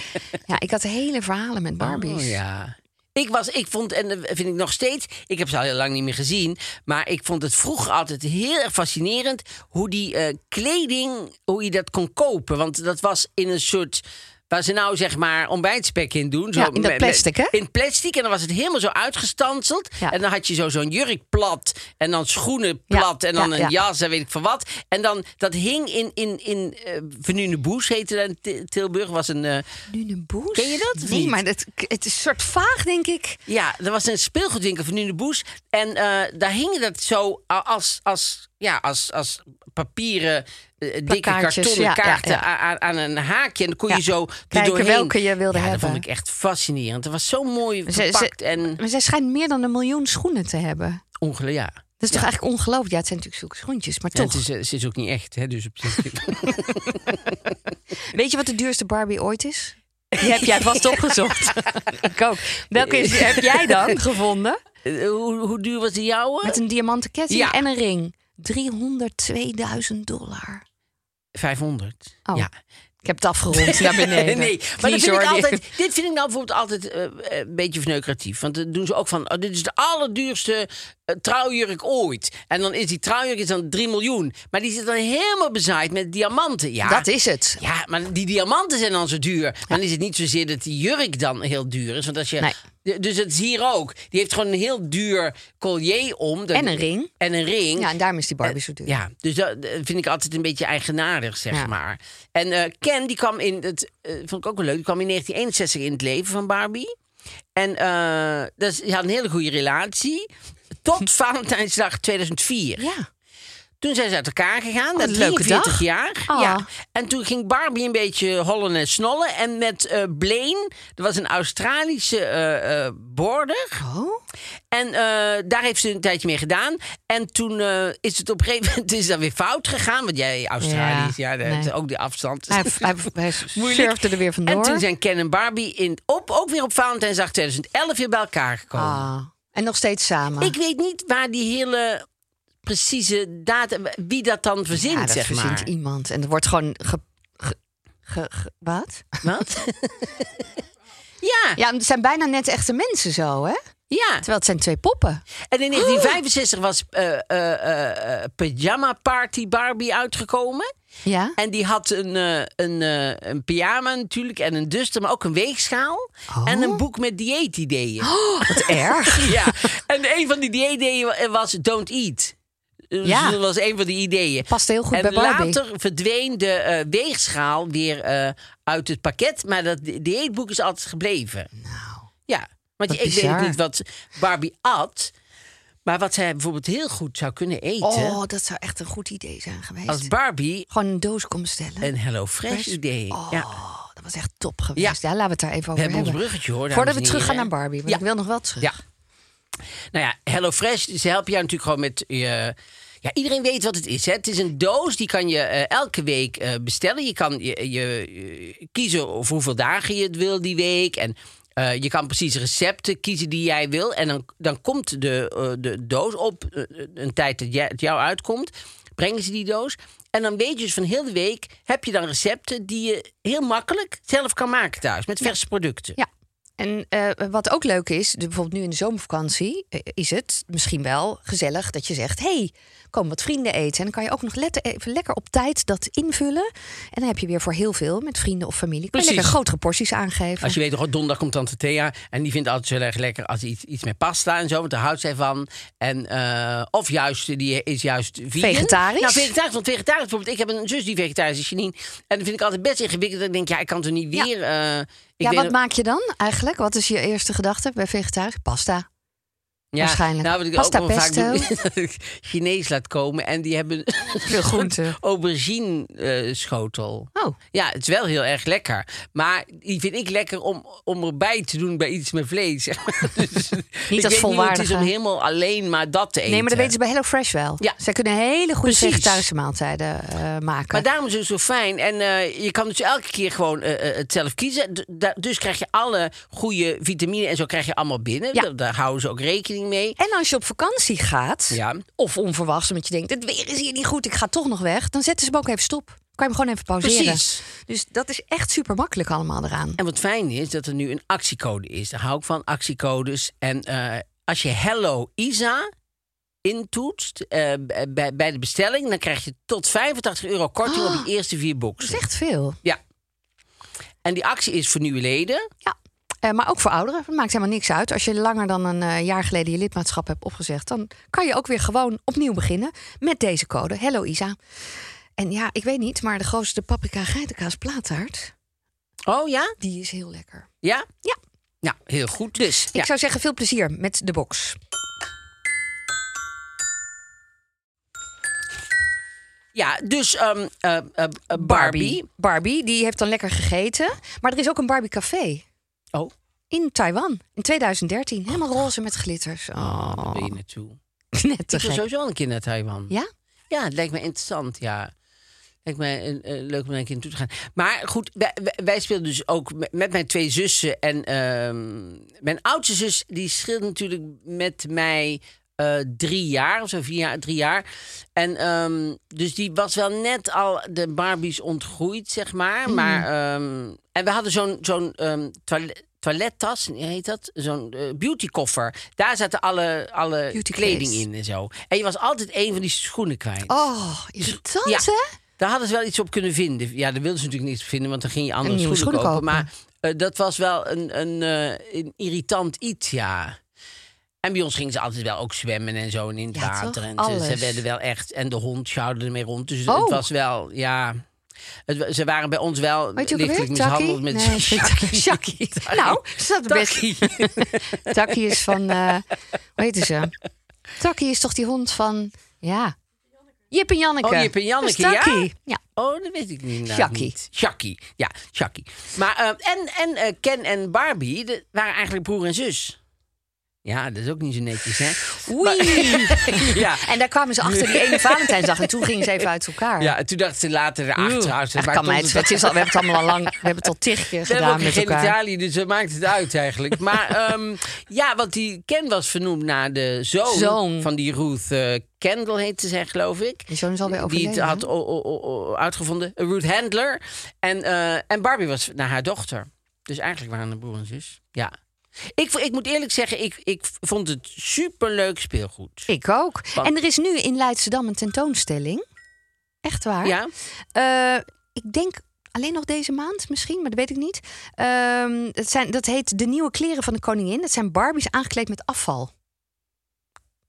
Speaker 4: Ja, ik had hele verhalen met Barbies.
Speaker 3: Oh, ja. Ik, was, ik vond, en dat vind ik nog steeds, ik heb ze al heel lang niet meer gezien, maar ik vond het vroeger altijd heel erg fascinerend hoe die eh, kleding, hoe je dat kon kopen. Want dat was in een soort, waar ze nou zeg maar ontbijtspek in doen. Zo
Speaker 4: Ja, in dat
Speaker 3: met- met-
Speaker 4: plastic, hè?
Speaker 3: In plastic en dan was het helemaal zo uitgestanseld.
Speaker 4: Ja.
Speaker 3: En dan had je zo zo'n jurk plat en dan schoenen plat
Speaker 4: Ja,
Speaker 3: en dan
Speaker 4: ja,
Speaker 3: een
Speaker 4: ja.
Speaker 3: jas en weet ik van wat. En dan, dat hing in, in, in eh Venune Boes heette dat in Til- Tilburg, was een... eh,
Speaker 4: Nuneboes?
Speaker 3: Ken je dat of
Speaker 4: Nee,
Speaker 3: niet?
Speaker 4: maar dat, het is een soort vaag, denk ik.
Speaker 3: Ja, er was een speelgoedwinkel van de Boes. En eh, daar hingen dat zo a- als, als, ja, als, als papieren, eh, dikke
Speaker 4: Plakkaatjes,
Speaker 3: kartonnen
Speaker 4: ja, ja,
Speaker 3: kaarten
Speaker 4: ja.
Speaker 3: a- a- Aan, een haakje. En dan kon
Speaker 4: Ja,
Speaker 3: je zo
Speaker 4: kijken
Speaker 3: doorheen.
Speaker 4: welke je wilde
Speaker 3: ja,
Speaker 4: hebben.
Speaker 3: dat vond ik echt fascinerend. Het was zo mooi
Speaker 4: Ze- ze-
Speaker 3: verpakt en
Speaker 4: Maar zij schijnt meer dan een miljoen schoenen te hebben.
Speaker 3: ongelooflijk. Ja.
Speaker 4: Dat is toch eigenlijk ongelooflijk? Ja, het zijn natuurlijk zulke schoentjes, maar
Speaker 3: En
Speaker 4: toch.
Speaker 3: het, is, eh, ze is ook niet echt, hè, dus op zich. *laughs*
Speaker 4: Weet je wat de duurste Barbie ooit
Speaker 3: *laughs*
Speaker 4: is? Die heb jij vast opgezocht. *laughs* ik ook. Welke is, heb jij dan gevonden?
Speaker 3: Eh, hoe, hoe duur was die jouwe?
Speaker 4: Met een diamanten ketting
Speaker 3: Ja.
Speaker 4: en een ring. 302.000 dollar.
Speaker 3: 500.
Speaker 4: Oh.
Speaker 3: Ja.
Speaker 4: Ik heb het afgerond *laughs* naar
Speaker 3: *laughs*
Speaker 4: beneden.
Speaker 3: nee, maar dat
Speaker 4: Please,
Speaker 3: vind ik
Speaker 4: hoor.
Speaker 3: altijd, dit vind ik nou bijvoorbeeld altijd eh, een beetje verneukeratief. Want dan doen ze ook van, oh, dit is de allerduurste eh, trouwjurk ooit. En dan is die trouwjurk is dan 3 miljoen. Maar die zit dan helemaal bezaaid met diamanten. Ja,
Speaker 4: Dat is het.
Speaker 3: Ja, maar die diamanten zijn dan zo duur. Dan is het niet zozeer dat die jurk dan heel duur is. Want als je,
Speaker 4: Nee.
Speaker 3: D- Dus het is hier ook. Die heeft gewoon een heel duur collier om. Dan-
Speaker 4: En een ring.
Speaker 3: En een ring.
Speaker 4: Ja, en daarom is die Barbie zo duur.
Speaker 3: Ja, dus dat eh, vind ik altijd een beetje eigenaardig, zeg
Speaker 4: Ja.
Speaker 3: maar. En eh, Ken, die kwam in, het eh, vond ik ook wel leuk, die kwam in 1961 in het leven van Barbie. En eh dus, die had een hele goede relatie.
Speaker 4: *laughs*
Speaker 3: Tot Valentijnsdag 2004.
Speaker 4: Ja.
Speaker 3: Toen zijn ze uit elkaar gegaan. na
Speaker 4: een leuke
Speaker 3: 43
Speaker 4: dag.
Speaker 3: jaar.
Speaker 4: Ah.
Speaker 3: Ja. En toen ging Barbie een beetje hollen en snollen. En met eh Blaine, dat was een Australische eh eh, border.
Speaker 4: Oh,
Speaker 3: En eh, daar heeft ze een tijdje mee gedaan. En toen eh, is het op een gegeven moment *laughs* is dat weer fout gegaan. Want jij, Australiërs, ja,
Speaker 4: Ja,
Speaker 3: dat
Speaker 4: nee.
Speaker 3: ook die afstand.
Speaker 4: hij, hij, *laughs* hij surfde er weer vandoor.
Speaker 3: En toen zijn Ken en Barbie in, op, ook weer op Valentijnsdag 2011 weer bij elkaar gekomen.
Speaker 4: Ah, En nog steeds samen.
Speaker 3: Ik weet niet waar die hele precieze datum, wie dat dan verzint,
Speaker 4: ja, dat
Speaker 3: zeg
Speaker 4: verzint
Speaker 3: maar.
Speaker 4: iemand. En er wordt gewoon... Ge, ge, ge- ge- *laughs* wat?
Speaker 3: Wat? ja.
Speaker 4: Ja, het zijn bijna net echte mensen zo, hè?
Speaker 3: Ja.
Speaker 4: Terwijl het zijn twee poppen.
Speaker 3: En in 1965 was eh, eh, eh, Pyjama Party Barbie uitgekomen.
Speaker 4: Ja.
Speaker 3: En die had een, eh, een, eh, een pyjama natuurlijk en een duster, maar ook een weegschaal.
Speaker 4: Oh.
Speaker 3: En een boek met
Speaker 4: *gasps*
Speaker 3: dieetideeën.
Speaker 4: *laughs* Wat erg.
Speaker 3: Ja. En een van die dieetideeën was Don't Eat. Dus
Speaker 4: Ja.
Speaker 3: Dat was een van die ideeën.
Speaker 4: Past heel goed
Speaker 3: en
Speaker 4: bij Barbie.
Speaker 3: later verdween de eh, weegschaal weer eh, uit het pakket. Maar dat die- dieetboek is altijd gebleven. Ja, want
Speaker 4: Nou, Wat
Speaker 3: ik weet ook
Speaker 4: bizar.
Speaker 3: niet wat Barbie at. Maar wat zij bijvoorbeeld heel goed zou kunnen eten...
Speaker 4: Oh, dat zou echt een goed idee zijn geweest.
Speaker 3: als Barbie
Speaker 4: Gewoon een doos komen stellen.
Speaker 3: een Hello Fresh idee. Ja.
Speaker 4: Oh, dat was echt top geweest. Ja, laten we het daar even
Speaker 3: We
Speaker 4: over
Speaker 3: hebben ons
Speaker 4: hebben.
Speaker 3: bruggetje hoor.
Speaker 4: Voordat
Speaker 3: dames
Speaker 4: we
Speaker 3: en
Speaker 4: terug gaan
Speaker 3: heren.
Speaker 4: naar Barbie. Want
Speaker 3: Ja.
Speaker 4: ik wil nog wel terug.
Speaker 3: Ja. Nou ja, HelloFresh, ze helpen jou natuurlijk gewoon met je... Ja, iedereen weet wat het is. Hè? Het is een doos, die kan je eh, elke week eh, bestellen. Je kan je, je, eh, kiezen of hoeveel dagen je het wil die week. En eh, je kan precies recepten kiezen die jij wil. En dan, dan komt de, eh, de doos op, eh, een tijd dat jij- het jou uitkomt. Brengen ze die doos. En dan weet je dus van heel de week, heb je dan recepten... die je heel makkelijk zelf kan maken thuis, met verse producten.
Speaker 4: Ja. En eh, wat ook leuk is, de- bijvoorbeeld nu in de zomervakantie, eh, is het misschien wel gezellig dat je zegt: hey, kom wat vrienden eten. En dan kan je ook nog letten, even lekker op tijd dat invullen. En dan heb je weer voor heel veel met vrienden of familie. Kun je
Speaker 3: Precies.
Speaker 4: lekker grotere porties aangeven.
Speaker 3: Als je weet, oh, donderdag komt tante Thea. En die vindt altijd zo erg lekker als iets, iets met pasta en zo. Want daar houdt zij van. En, eh, of juist, die is juist vegan.
Speaker 4: Vegetarisch?
Speaker 3: Nou, vegetarisch. Want vegetarisch bijvoorbeeld. Ik heb een zus die vegetarisch is, Janine. En dat vind ik altijd best ingewikkeld. Ik denk, ja, ik kan toch niet
Speaker 4: Ja.
Speaker 3: weer... eh, ik
Speaker 4: ja,
Speaker 3: weet
Speaker 4: wat
Speaker 3: nog-
Speaker 4: maak je dan eigenlijk? Wat is je eerste gedachte bij vegetarisch?
Speaker 3: *laughs*
Speaker 4: Pasta.
Speaker 3: ja,
Speaker 4: waarschijnlijk.
Speaker 3: Nou, wat ik
Speaker 4: Pasta
Speaker 3: ook wel vaak
Speaker 4: pesto.
Speaker 3: doe, is *laughs* dat ik Chinees laat komen. En die hebben
Speaker 4: Veel groenten.
Speaker 3: *laughs* aubergine eh, schotel.
Speaker 4: Oh,
Speaker 3: Ja, het is wel heel erg lekker. Maar die vind ik lekker om, om erbij te doen bij iets met vlees. zeg maar. dus, ik weet
Speaker 4: als
Speaker 3: hoe het is
Speaker 4: volwaardige.
Speaker 3: om helemaal alleen maar dat te eten.
Speaker 4: nee, maar dat weten ze bij HelloFresh wel.
Speaker 3: Ja.
Speaker 4: Zij kunnen hele goede
Speaker 3: Precies.
Speaker 4: vegetarische maaltijden eh, maken.
Speaker 3: Maar daarom is het zo fijn. En eh, je kan dus elke keer gewoon eh, eh, het zelf kiezen. D- da- dus krijg je alle goede vitamine en zo krijg je allemaal binnen.
Speaker 4: Ja.
Speaker 3: Da- Daar houden ze ook rekening mee.
Speaker 4: En als je op vakantie gaat,
Speaker 3: Ja.
Speaker 4: of onverwachts, omdat je denkt: het weer is hier niet goed, ik ga toch nog weg, dan zetten ze hem ook even stop. Kan je hem gewoon even pauzeren.
Speaker 3: Precies.
Speaker 4: Dus dat is echt super makkelijk allemaal eraan.
Speaker 3: En wat fijn is dat er nu een actiecode is. Daar hou ik van, actiecodes. En eh, als je Hello Isa intoetst eh, b- bij, bij de bestelling... dan krijg je tot 85 euro korting op de eerste vier
Speaker 4: Dat
Speaker 3: boxen.
Speaker 4: Ah. is echt veel.
Speaker 3: Ja. En die actie is voor nieuwe leden.
Speaker 4: Ja. Eh, maar ook voor ouderen. Het maakt helemaal niks uit. Als je langer dan een eh, jaar geleden je lidmaatschap hebt opgezegd, dan kan je ook weer gewoon opnieuw beginnen met deze code. Hello Isa. En ja, ik weet niet, maar de grootste paprika geitenkaas plaattaart,
Speaker 3: Oh ja?
Speaker 4: die is heel lekker.
Speaker 3: Ja?
Speaker 4: Ja.
Speaker 3: Ja, heel goed. Dus,
Speaker 4: Ik zou zeggen, veel plezier met de box.
Speaker 3: Ja, dus ehm, eh, eh, eh, Barbie.
Speaker 4: Barbie, die heeft dan lekker gegeten. Maar er is ook een Barbie café
Speaker 3: Oh,
Speaker 4: in Taiwan in 2013. Helemaal roze met glitters. Oh,
Speaker 3: ben je naartoe?
Speaker 4: *laughs* net te
Speaker 3: Oh. Ik wil
Speaker 4: gek.
Speaker 3: sowieso al een keer naar Taiwan.
Speaker 4: Ja?
Speaker 3: Ja, het lijkt me interessant, ja. Lijkt me eh, eh, leuk om naar een keer naartoe te gaan. Maar goed, wij, wij- wij speelden dus ook met, met mijn twee zussen. En ehm, mijn oudste zus, die scheelt natuurlijk met mij eh, drie jaar of zo, vier jaar, drie jaar. En ehm, dus die was wel net al de Barbies ontgroeid, zeg maar. maar ehm, en we hadden zo'n zo'n ehm, toilet. Toilettas, heet dat? Zo'n eh, beautykoffer. Daar zaten alle, alle
Speaker 4: Beautycase.
Speaker 3: kleding in en zo. En je was altijd een van die schoenen kwijt.
Speaker 4: Oh, irritant
Speaker 3: Ja.
Speaker 4: hè?
Speaker 3: Daar hadden ze wel iets op kunnen vinden. Ja, daar wilden ze natuurlijk niets op vinden, want dan ging je andere
Speaker 4: nieuwe
Speaker 3: schoenen,
Speaker 4: schoenen
Speaker 3: kopen.
Speaker 4: kopen.
Speaker 3: Maar eh, dat was wel een, een, eh, een irritant iets, ja. En bij ons gingen ze altijd wel ook zwemmen en zo en in het
Speaker 4: Ja,
Speaker 3: water.
Speaker 4: toch?
Speaker 3: En ze- ze,
Speaker 4: Alles.
Speaker 3: werden wel echt. En de hond sjouwde ermee rond. Dus
Speaker 4: Oh.
Speaker 3: het was wel, ja. Het, wa- ze waren bij ons wel
Speaker 4: Weet je ook
Speaker 3: lichtelijk
Speaker 4: alweer? Taki?
Speaker 3: mishandeld met *laughs*
Speaker 4: Nee, Shaki. *laughs* Nou, ze staat er best.
Speaker 3: Taki.
Speaker 4: Taki is van, eh hoe heet ze? Taki is toch die hond van, ja. Jip en Janneke.
Speaker 3: Oh, Jip en Janneke,
Speaker 4: Dat is Taki.
Speaker 3: ja?
Speaker 4: Ja.
Speaker 3: Oh, dat weet ik niet. inderdaad
Speaker 4: Shaki.
Speaker 3: niet. Shaki. Ja, Shaki. Maar, eh, en en eh, Ken en Barbie dat waren eigenlijk broer en zus. Ja, dat is ook niet zo netjes, *laughs* hè?
Speaker 4: Oei.
Speaker 3: Maar- ja.
Speaker 4: *laughs* En daar kwamen ze achter die
Speaker 3: *laughs*
Speaker 4: ene Valentijnsdag en toen gingen ze even uit elkaar.
Speaker 3: ja, en toen dachten ze later erachter. trouwens, dat
Speaker 4: Echt,
Speaker 3: maakt
Speaker 4: kan mij
Speaker 3: ons
Speaker 4: het, het is al, we hebben het allemaal al lang, we hebben het al tig keer
Speaker 3: We hebben ook
Speaker 4: gedaan
Speaker 3: geen
Speaker 4: met elkaar.
Speaker 3: genitalie, dus dat maakt het uit eigenlijk.
Speaker 4: *laughs*
Speaker 3: Maar ehm, ja, want die Ken was vernoemd naar de zoon,
Speaker 4: Zoon.
Speaker 3: van die Ruth eh, Kendall, heette zij geloof ik.
Speaker 4: Die zoon is alweer
Speaker 3: Die het
Speaker 4: overleden,
Speaker 3: had
Speaker 4: hè?
Speaker 3: o- o- o- uitgevonden, eh, Ruth Handler. En, eh, en Barbie was naar haar dochter. Dus eigenlijk waren de broer en zus. Ja. Ik, ik moet eerlijk zeggen, ik, ik vond het superleuk speelgoed.
Speaker 4: Ik ook.
Speaker 3: Want-
Speaker 4: En er is nu in Leidschendam een tentoonstelling. Echt waar.
Speaker 3: Ja?
Speaker 4: Eh, ik denk alleen nog deze maand misschien, maar dat weet ik niet. Ehm, het zijn, dat heet De Nieuwe Kleren van de Koningin. Dat zijn Barbies aangekleed met afval.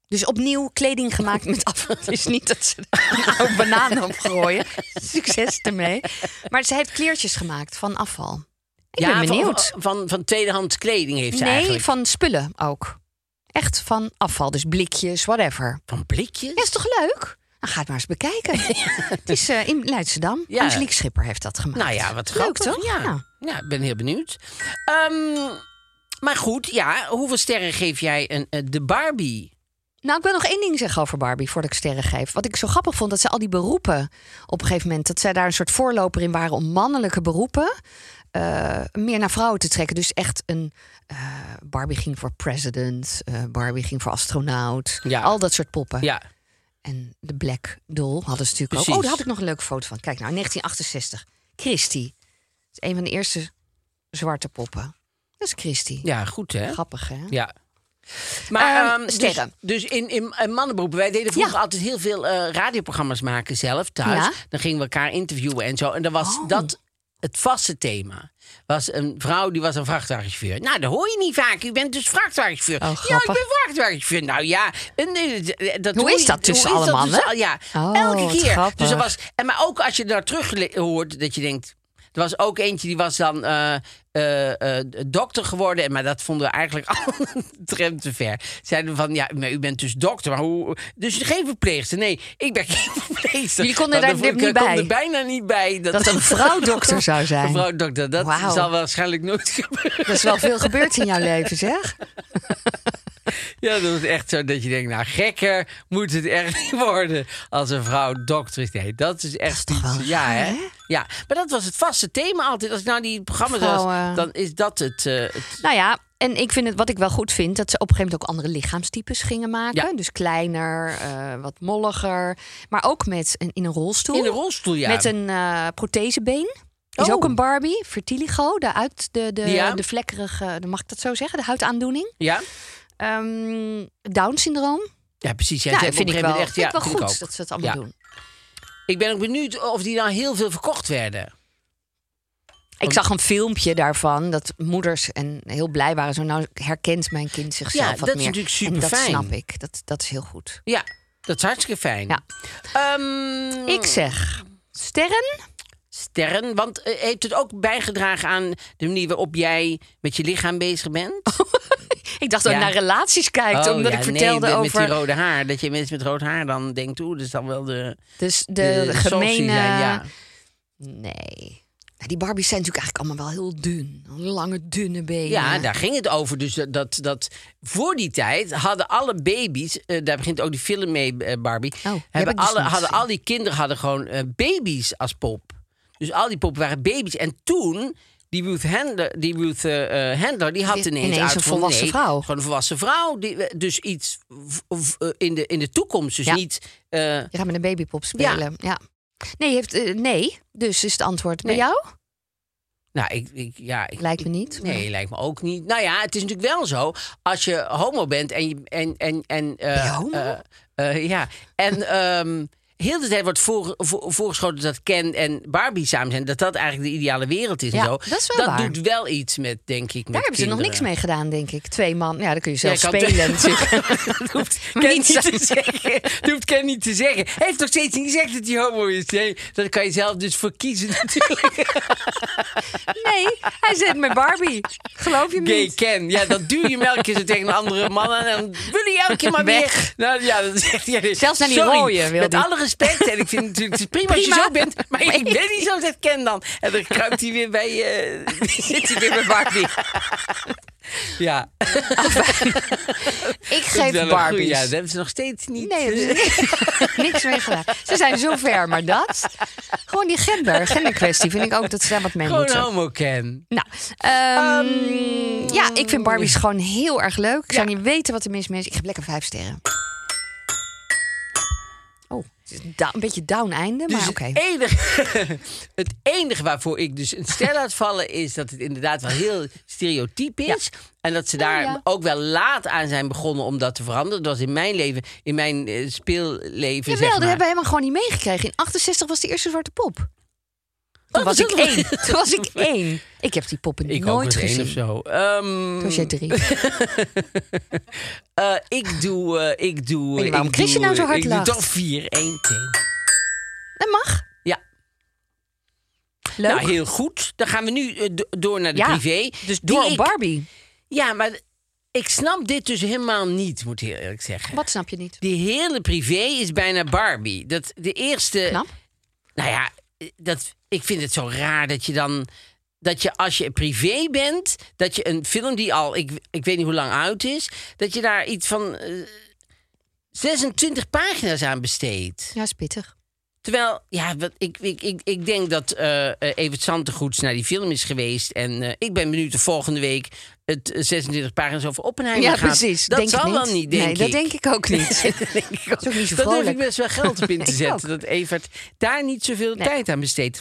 Speaker 4: Dus opnieuw kleding gemaakt met afval. Het is niet dat ze *laughs* er een oude banaan op gooien. Succes ermee. Maar ze heeft kleertjes gemaakt van afval. Ik
Speaker 3: ja,
Speaker 4: ben
Speaker 3: van-
Speaker 4: benieuwd.
Speaker 3: Van, van, tweedehands kleding heeft ze
Speaker 4: nee,
Speaker 3: eigenlijk.
Speaker 4: van spullen ook. Echt van afval, dus blikjes, whatever.
Speaker 3: Van blikjes?
Speaker 4: Ja, is toch leuk? Nou, ga het maar eens
Speaker 3: *laughs*
Speaker 4: bekijken. het is eh, in Leidschendam.
Speaker 3: Ja.
Speaker 4: Angelique Schipper heeft dat gemaakt.
Speaker 3: Nou ja, wat
Speaker 4: leuk
Speaker 3: grappig.
Speaker 4: toch? Nou,
Speaker 3: Ja. Ja. ik ben heel benieuwd. Ehm, maar goed, ja, hoeveel sterren geef jij een, eh, de Barbie?
Speaker 4: Nou, ik wil nog één ding zeggen over Barbie voordat ik sterren geef. Wat ik zo grappig vond, dat ze al die beroepen op een gegeven moment, dat zij daar een soort voorloper in waren om mannelijke beroepen eh, meer naar vrouwen te trekken. Dus echt een eh, Barbie ging voor president, eh, Barbie ging voor astronaut,
Speaker 3: Ja.
Speaker 4: al dat soort poppen.
Speaker 3: Ja,
Speaker 4: En de Black Doll hadden ze natuurlijk ook.
Speaker 3: Precies.
Speaker 4: Oh, daar had ik nog een leuke foto van. Kijk nou, 1968. Christie. Dat is een van de eerste zwarte poppen. Dat is Christie.
Speaker 3: ja goed hè?
Speaker 4: Grappig, hè?
Speaker 3: Ja. Maar
Speaker 4: Ehm,
Speaker 3: ehm,
Speaker 4: sterren.
Speaker 3: Dus, dus in, in, in mannenberoepen. Wij deden vroeger
Speaker 4: Ja.
Speaker 3: altijd heel veel eh, radioprogramma's maken zelf thuis.
Speaker 4: Ja.
Speaker 3: Dan gingen we elkaar interviewen en zo. En dan was
Speaker 4: Oh.
Speaker 3: dat het vaste thema. Was een vrouw die was een vrachtwagenchauffeur. Nou, dat hoor je niet vaak. U bent dus vrachtwagenchauffeur.
Speaker 4: Oh,
Speaker 3: ja, ik
Speaker 4: grappig.
Speaker 3: ben vrachtwagenchauffeur. Nou ja, en, eh, dat
Speaker 4: Hoe
Speaker 3: hoor
Speaker 4: is
Speaker 3: je-
Speaker 4: dat tussen
Speaker 3: hoe is
Speaker 4: alle
Speaker 3: dat
Speaker 4: mannen?
Speaker 3: al- ja,
Speaker 4: Oh,
Speaker 3: elke
Speaker 4: wat
Speaker 3: keer. Dus
Speaker 4: grappig.
Speaker 3: dat was, en maar ook als je daar terug le- hoort, dat je denkt. Er was ook eentje die was dan eh, eh, eh, dokter geworden. en- Maar dat vonden we eigenlijk *laughs* al een tram te ver. Zeiden we van, ja, maar u bent dus dokter. Maar hoe, dus geen verpleegster. Nee, ik ben *laughs* geen verpleegster.
Speaker 4: Jullie konden
Speaker 3: Want
Speaker 4: daar
Speaker 3: ik,
Speaker 4: niet
Speaker 3: eh, kon
Speaker 4: bij.
Speaker 3: er bijna niet bij.
Speaker 4: Dat een vrouw dokter zou
Speaker 3: *laughs*
Speaker 4: zijn.
Speaker 3: Een vrouw dokter, dat
Speaker 4: Wauw.
Speaker 3: zal waarschijnlijk nooit gebeuren.
Speaker 4: Er is wel veel
Speaker 3: *laughs*
Speaker 4: gebeurd in jouw leven, zeg.
Speaker 3: Ja, dat was echt zo dat je denkt, nou gekker moet het echt niet worden als een vrouw dokter is. Nee, dat is echt
Speaker 4: Dat is toch
Speaker 3: iets-
Speaker 4: wel
Speaker 3: ja, hè?
Speaker 4: raar, hè?
Speaker 3: Ja, maar dat was het vaste thema altijd. Als ik nou die programma's was,
Speaker 4: Vrouwen.
Speaker 3: dan is dat het. eh, het-
Speaker 4: Nou ja, en ik vind het, wat ik wel goed vind, dat ze op een gegeven moment ook andere lichaamstypes gingen maken.
Speaker 3: Ja.
Speaker 4: Dus kleiner, eh, wat molliger. Maar ook met een, in een rolstoel.
Speaker 3: in de rolstoel, ja.
Speaker 4: Met een eh, prothesebeen. Is
Speaker 3: Oh.
Speaker 4: ook een Barbie, Vertiligo, daaruit de, de,
Speaker 3: Ja.
Speaker 4: de vlekkerige, de- mag ik dat zo zeggen, de huidaandoening.
Speaker 3: Ja?
Speaker 4: Ehm, Down-syndroom.
Speaker 3: ja, precies. Ja,
Speaker 4: Ja,
Speaker 3: ze hebben
Speaker 4: dat vind
Speaker 3: op
Speaker 4: ik
Speaker 3: een
Speaker 4: wel,
Speaker 3: gegeven moment
Speaker 4: vind ik wel
Speaker 3: vind ik
Speaker 4: goed
Speaker 3: ook.
Speaker 4: dat ze dat allemaal
Speaker 3: Ja.
Speaker 4: doen.
Speaker 3: Ik ben ook benieuwd of die nou heel veel verkocht werden.
Speaker 4: Ik zag een filmpje daarvan dat moeders en heel blij waren. Zo nou herkent mijn kind zichzelf
Speaker 3: Ja,
Speaker 4: wat
Speaker 3: dat
Speaker 4: meer.
Speaker 3: is natuurlijk
Speaker 4: En dat
Speaker 3: superfijn. Mm.
Speaker 4: snap ik. Dat, dat is heel goed.
Speaker 3: Ja, dat is hartstikke fijn.
Speaker 4: Ja.
Speaker 3: Ehm,
Speaker 4: Ik zeg sterren.
Speaker 3: Sterren, want eh, heeft het ook bijgedragen aan de manier waarop jij met je lichaam bezig bent?
Speaker 4: Ik dacht dat
Speaker 3: Ja.
Speaker 4: je naar relaties kijkt,
Speaker 3: Oh,
Speaker 4: omdat
Speaker 3: ja,
Speaker 4: ik vertelde
Speaker 3: nee, met,
Speaker 4: over
Speaker 3: Met die rode haar, dat je mensen met rood haar dan denkt... oeh, dat is dan wel de...
Speaker 4: dus de,
Speaker 3: soci
Speaker 4: gemene.
Speaker 3: zijn, eh, ja.
Speaker 4: Nee. Nou, die Barbies zijn natuurlijk eigenlijk allemaal wel heel dun. Lange, dunne benen.
Speaker 3: ja, daar ging het over. Dus dat, dat, dat voor die tijd hadden alle baby's... eh, daar begint ook die film mee, eh, Barbie.
Speaker 4: die heb
Speaker 3: hebben
Speaker 4: ik dus
Speaker 3: alle,
Speaker 4: niet
Speaker 3: hadden
Speaker 4: gezien.
Speaker 3: al die kinderen hadden gewoon eh, baby's als pop. Dus al die poppen waren baby's. En toen... Die Ruth Handler, die, Ruth, eh, eh, Handler, die had
Speaker 4: Die-
Speaker 3: ineens,
Speaker 4: ineens een
Speaker 3: uitgevonden,
Speaker 4: volwassen
Speaker 3: nee,
Speaker 4: vrouw.
Speaker 3: Gewoon een volwassen vrouw. Die, eh, dus iets v- v- eh, in, de, in de toekomst. Dus
Speaker 4: Ja.
Speaker 3: niet... eh,
Speaker 4: Je gaat met een babypop spelen. Ja. Nee, je heeft, eh, nee, dus is het antwoord bij
Speaker 3: Nee.
Speaker 4: jou?
Speaker 3: nou, ik, ik, ja, ik,
Speaker 4: Lijkt me niet. maar-
Speaker 3: Nee, lijkt me ook niet. Nou ja, het is natuurlijk wel zo. Als je homo bent en je. En, en, en, eh,
Speaker 4: Ben je homo?
Speaker 3: eh, eh, ja. En. ehm Heel de tijd wordt voor, voor- voorgeschoten dat Ken en Barbie samen zijn. Dat dat eigenlijk de ideale wereld is. en
Speaker 4: Ja,
Speaker 3: zo.
Speaker 4: dat is wel waar.
Speaker 3: doet wel iets met, denk ik. Met
Speaker 4: Daar hebben ze nog niks mee gedaan, denk ik. Twee man, ja, dan kun je
Speaker 3: Ja,
Speaker 4: zelf
Speaker 3: kan- *laughs*
Speaker 4: spelen. natuurlijk.
Speaker 3: Dat
Speaker 4: *laughs*
Speaker 3: hoeft
Speaker 4: Maar
Speaker 3: Ken niet te
Speaker 4: niet samen.
Speaker 3: zeggen. Dat hoeft Ken niet te zeggen. Hij heeft nog steeds niet gezegd dat hij homo is. Nee, dat kan je zelf dus voor kiezen natuurlijk.
Speaker 4: nee, hij zit met Barbie. Geloof je me
Speaker 3: gay
Speaker 4: niet?
Speaker 3: ken. Ja, dat duw je elke keer zo tegen een andere man aan. En dan wil je elke keer maar
Speaker 4: Weg.
Speaker 3: weer. Nou ja, dat zegt hij. dus,
Speaker 4: Zelfs naar die
Speaker 3: sorry,
Speaker 4: rooie wil
Speaker 3: Met
Speaker 4: die.
Speaker 3: alle respect. En ik vind het natuurlijk het is prima, als je
Speaker 4: Prima.
Speaker 3: zo bent. Maar
Speaker 4: *laughs*
Speaker 3: ik ben niet zo, zegt Ken dan. En dan kruipt hij weer bij... eh, *laughs* zit hij weer bij Barbie. Ja.
Speaker 4: Ik
Speaker 3: dat is wel
Speaker 4: geef
Speaker 3: een
Speaker 4: Barbies.
Speaker 3: goeie. Ja, dat hebben ze nog steeds niet.
Speaker 4: Nee, hebben ze *laughs* niks mee gedaan. Ze zijn zo ver, maar dat. Gewoon die gender, genderkwestie vind ik ook dat ze daar wat mee
Speaker 3: Gewoon
Speaker 4: moeten.
Speaker 3: homo Ken.
Speaker 4: Nou, ehm, ja, ik vind Barbies gewoon heel erg leuk. Ik zou niet weten wat er mis mee is. Ik geef lekker vijf sterren. Oh, da- een beetje down einde,
Speaker 3: Dus
Speaker 4: maar oké.
Speaker 3: het, enige, *laughs* het enige waarvoor ik dus een ster laat vallen... is dat het inderdaad wel heel stereotyp is. En dat ze daar
Speaker 4: ja.
Speaker 3: ook wel laat aan zijn begonnen om dat te veranderen. Dat was in mijn leven, in mijn eh, speelleven,
Speaker 4: Jawel,
Speaker 3: zeg
Speaker 4: dat
Speaker 3: maar.
Speaker 4: hebben we helemaal gewoon niet meegekregen. In 68 was de eerste zwarte pop. Toen
Speaker 3: Oh,
Speaker 4: was
Speaker 3: dat
Speaker 4: ik
Speaker 3: is ook-
Speaker 4: één. Toen was
Speaker 3: *laughs*
Speaker 4: ik één. Ik heb die poppen
Speaker 3: Ik ook
Speaker 4: nooit
Speaker 3: was één
Speaker 4: gezien.
Speaker 3: of zo. Ehm,
Speaker 4: Toen was jij drie.
Speaker 3: eh, ik doe... eh, ik doe
Speaker 4: weet niet
Speaker 3: eh,
Speaker 4: waarom
Speaker 3: ik
Speaker 4: Chrisje
Speaker 3: doe,
Speaker 4: nou zo
Speaker 3: eh, Ik
Speaker 4: hard lacht.
Speaker 3: doe toch vier, één, twee.
Speaker 4: Dat mag.
Speaker 3: Ja.
Speaker 4: Leuk.
Speaker 3: Nou, heel goed. Dan gaan we nu eh, do- door naar de
Speaker 4: Ja,
Speaker 3: privé. Die
Speaker 4: Dus door op
Speaker 3: ik-
Speaker 4: Barbie.
Speaker 3: Ja, maar ik snap dit dus helemaal niet, moet ik heel eerlijk zeggen.
Speaker 4: Wat snap je niet?
Speaker 3: Die hele privé is bijna Barbie. Dat de eerste.
Speaker 4: Knap.
Speaker 3: Nou ja, dat, ik vind het zo raar dat je dan. Dat je als je privé bent, dat je een film die al, ik, ik weet niet hoe lang uit is, dat je daar iets van eh, 26 pagina's aan besteedt.
Speaker 4: Ja, is pittig.
Speaker 3: Terwijl, ja, wat, ik, ik, ik, ik denk dat eh eh, Evert Santegoeds naar die film is geweest. En eh, ik ben benieuwd of volgende week het eh, 26 pagina's over Oppenheimer
Speaker 4: Ja,
Speaker 3: gaat.
Speaker 4: precies.
Speaker 3: Dat
Speaker 4: denk
Speaker 3: zal
Speaker 4: ik niet.
Speaker 3: dan niet, denk
Speaker 4: nee,
Speaker 3: ik.
Speaker 4: dat denk ik
Speaker 3: *laughs*
Speaker 4: ook niet.
Speaker 3: Dat denk ik ook.
Speaker 4: is ook niet zo
Speaker 3: Daar durf
Speaker 4: vrolijk.
Speaker 3: ik best wel geld op in te
Speaker 4: *laughs* Ik
Speaker 3: zetten. Dat Evert daar niet zoveel
Speaker 4: Nee.
Speaker 3: tijd aan besteedt.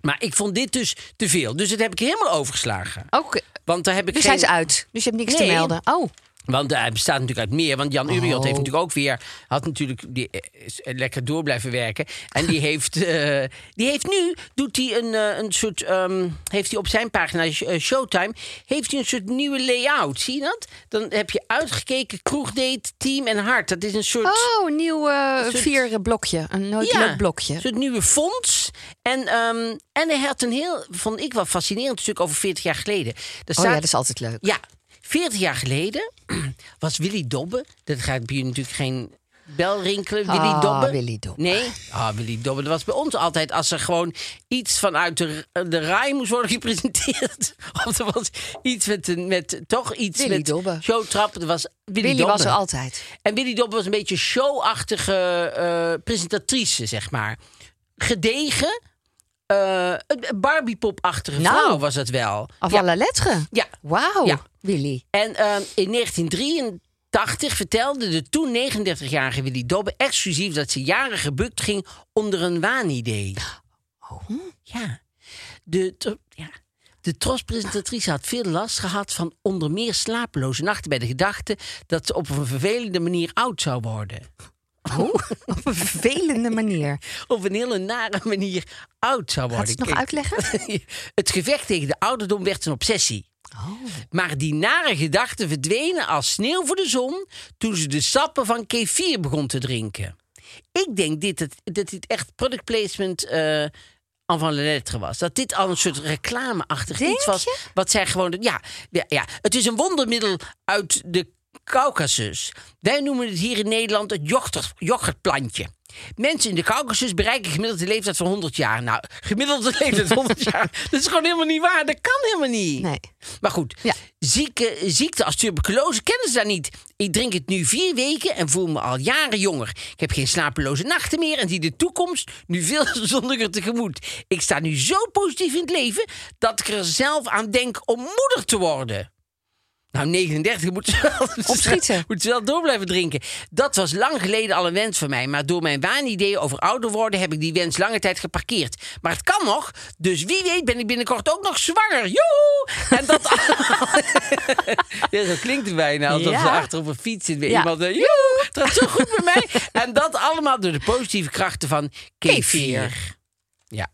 Speaker 3: Maar ik vond dit dus te veel. Dus dat heb ik helemaal overgeslagen.
Speaker 4: Ook,
Speaker 3: Want daar heb ik
Speaker 4: dus
Speaker 3: geen...
Speaker 4: hij is uit. Dus je hebt niks
Speaker 3: Nee.
Speaker 4: te melden. Oh,
Speaker 3: Want eh, hij bestaat natuurlijk uit meer. Want Jan Uriot
Speaker 4: Oh.
Speaker 3: heeft natuurlijk ook weer... had natuurlijk die, eh, is, eh, lekker door blijven werken. En
Speaker 4: *laughs*
Speaker 3: die heeft, eh, die heeft nu... doet hij een, eh, een soort... ehm, heeft hij op zijn pagina eh, Showtime... heeft hij een soort nieuwe layout. Zie je dat? Dan heb je uitgekeken, kroegdate, team en hart. Dat is een soort...
Speaker 4: oh een nieuw eh,
Speaker 3: soort-
Speaker 4: vier blokje. Een nooit leuk
Speaker 3: Een
Speaker 4: blokje.
Speaker 3: soort nieuwe fonds. En, ehm, en hij had een heel, vond ik wel fascinerend stuk over 40 jaar geleden. Daar
Speaker 4: Oh ja,
Speaker 3: staat,
Speaker 4: dat is altijd leuk.
Speaker 3: ja, 40 jaar geleden *clears throat* was Willy Dobbe. Dat gaat bij jullie natuurlijk geen bel rinkelen. Willy
Speaker 4: Ah,
Speaker 3: Dobbe.
Speaker 4: Willy Dobbe.
Speaker 3: Nee? Ah, Willy Dobbe. Dat was bij ons altijd als er gewoon iets vanuit de, de rij moest worden *laughs* gepresenteerd. Of er was iets met, een- met toch iets
Speaker 4: Willy
Speaker 3: met
Speaker 4: Dobbe.
Speaker 3: showtrap. Dat was Willy,
Speaker 4: Willy
Speaker 3: Dobbe.
Speaker 4: was er altijd.
Speaker 3: En Willy Dobbe was een beetje showachtige eh, presentatrice, zeg maar. Gedegen, eh, een Barbie-pop-achtige
Speaker 4: Nou.
Speaker 3: vrouw was het wel.
Speaker 4: Af
Speaker 3: ja.
Speaker 4: alle letteren.
Speaker 3: ja.
Speaker 4: Wauw,
Speaker 3: Ja.
Speaker 4: Willy.
Speaker 3: En ehm, in 1983 vertelde de toen 39-jarige Willy Dobbe exclusief dat ze jaren gebukt ging onder een waanidee.
Speaker 4: Oh, hm?
Speaker 3: Ja. De, tro- ja. de trospresentatrice had veel last gehad van onder meer slapeloze nachten bij de gedachte dat ze op een vervelende manier oud zou worden.
Speaker 4: Oh, op een vervelende manier. Dus
Speaker 3: op een hele nare manier oud zou
Speaker 4: Gaat
Speaker 3: worden.
Speaker 4: ze het nog
Speaker 3: Kijk,
Speaker 4: uitleggen?
Speaker 3: *laughs*
Speaker 4: Oh.
Speaker 3: het gevecht tegen de ouderdom werd een obsessie. Maar die nare gedachten verdwenen als sneeuw voor de zon toen ze de sappen van kefir begon te drinken. Ik denk dit, dat, dat dit echt product placement eh en van la lettre was. Dat dit al een soort reclameachtig
Speaker 4: Denk
Speaker 3: iets was.
Speaker 4: je?
Speaker 3: Wat zij gewoon. Ja, ja, ja, het is een wondermiddel uit de Caucasus. Wij noemen het hier in Nederland het yoghurt, yoghurtplantje. Mensen in de Caucasus bereiken gemiddeld de leeftijd van 100 jaar. Nou, gemiddeld de leeftijd van 100 jaar. *laughs* Dat is gewoon helemaal niet waar. Dat kan helemaal niet.
Speaker 4: Nee.
Speaker 3: Maar goed,
Speaker 4: Ja.
Speaker 3: zieke, ziekte als tuberculose kennen ze daar niet. Ik drink het nu vier weken en voel me al jaren jonger. Ik heb geen slapeloze nachten meer en zie de toekomst nu veel *laughs* zonniger tegemoet. Ik sta nu zo positief in het leven dat ik er zelf aan denk om moeder te worden. Nou, 39 moet ze wel,
Speaker 4: *laughs* Opschieten.
Speaker 3: *laughs* moet ze wel door blijven drinken. Dat was lang geleden al een wens van mij. Maar door mijn waanideeën over ouder worden heb ik die wens lange tijd geparkeerd. Maar het kan nog. Dus wie weet ben ik binnenkort ook nog zwanger. Joehoe! En dat allemaal...
Speaker 4: *laughs*
Speaker 3: ja, zo klinkt het bijna. Alsof
Speaker 4: Ja.
Speaker 3: ze achter op een fiets zit. Weer
Speaker 4: Ja.
Speaker 3: iemand... eh, Joehoe! Het gaat zo goed met
Speaker 4: *laughs*
Speaker 3: mij. En dat allemaal door de positieve krachten van kefir. Ja.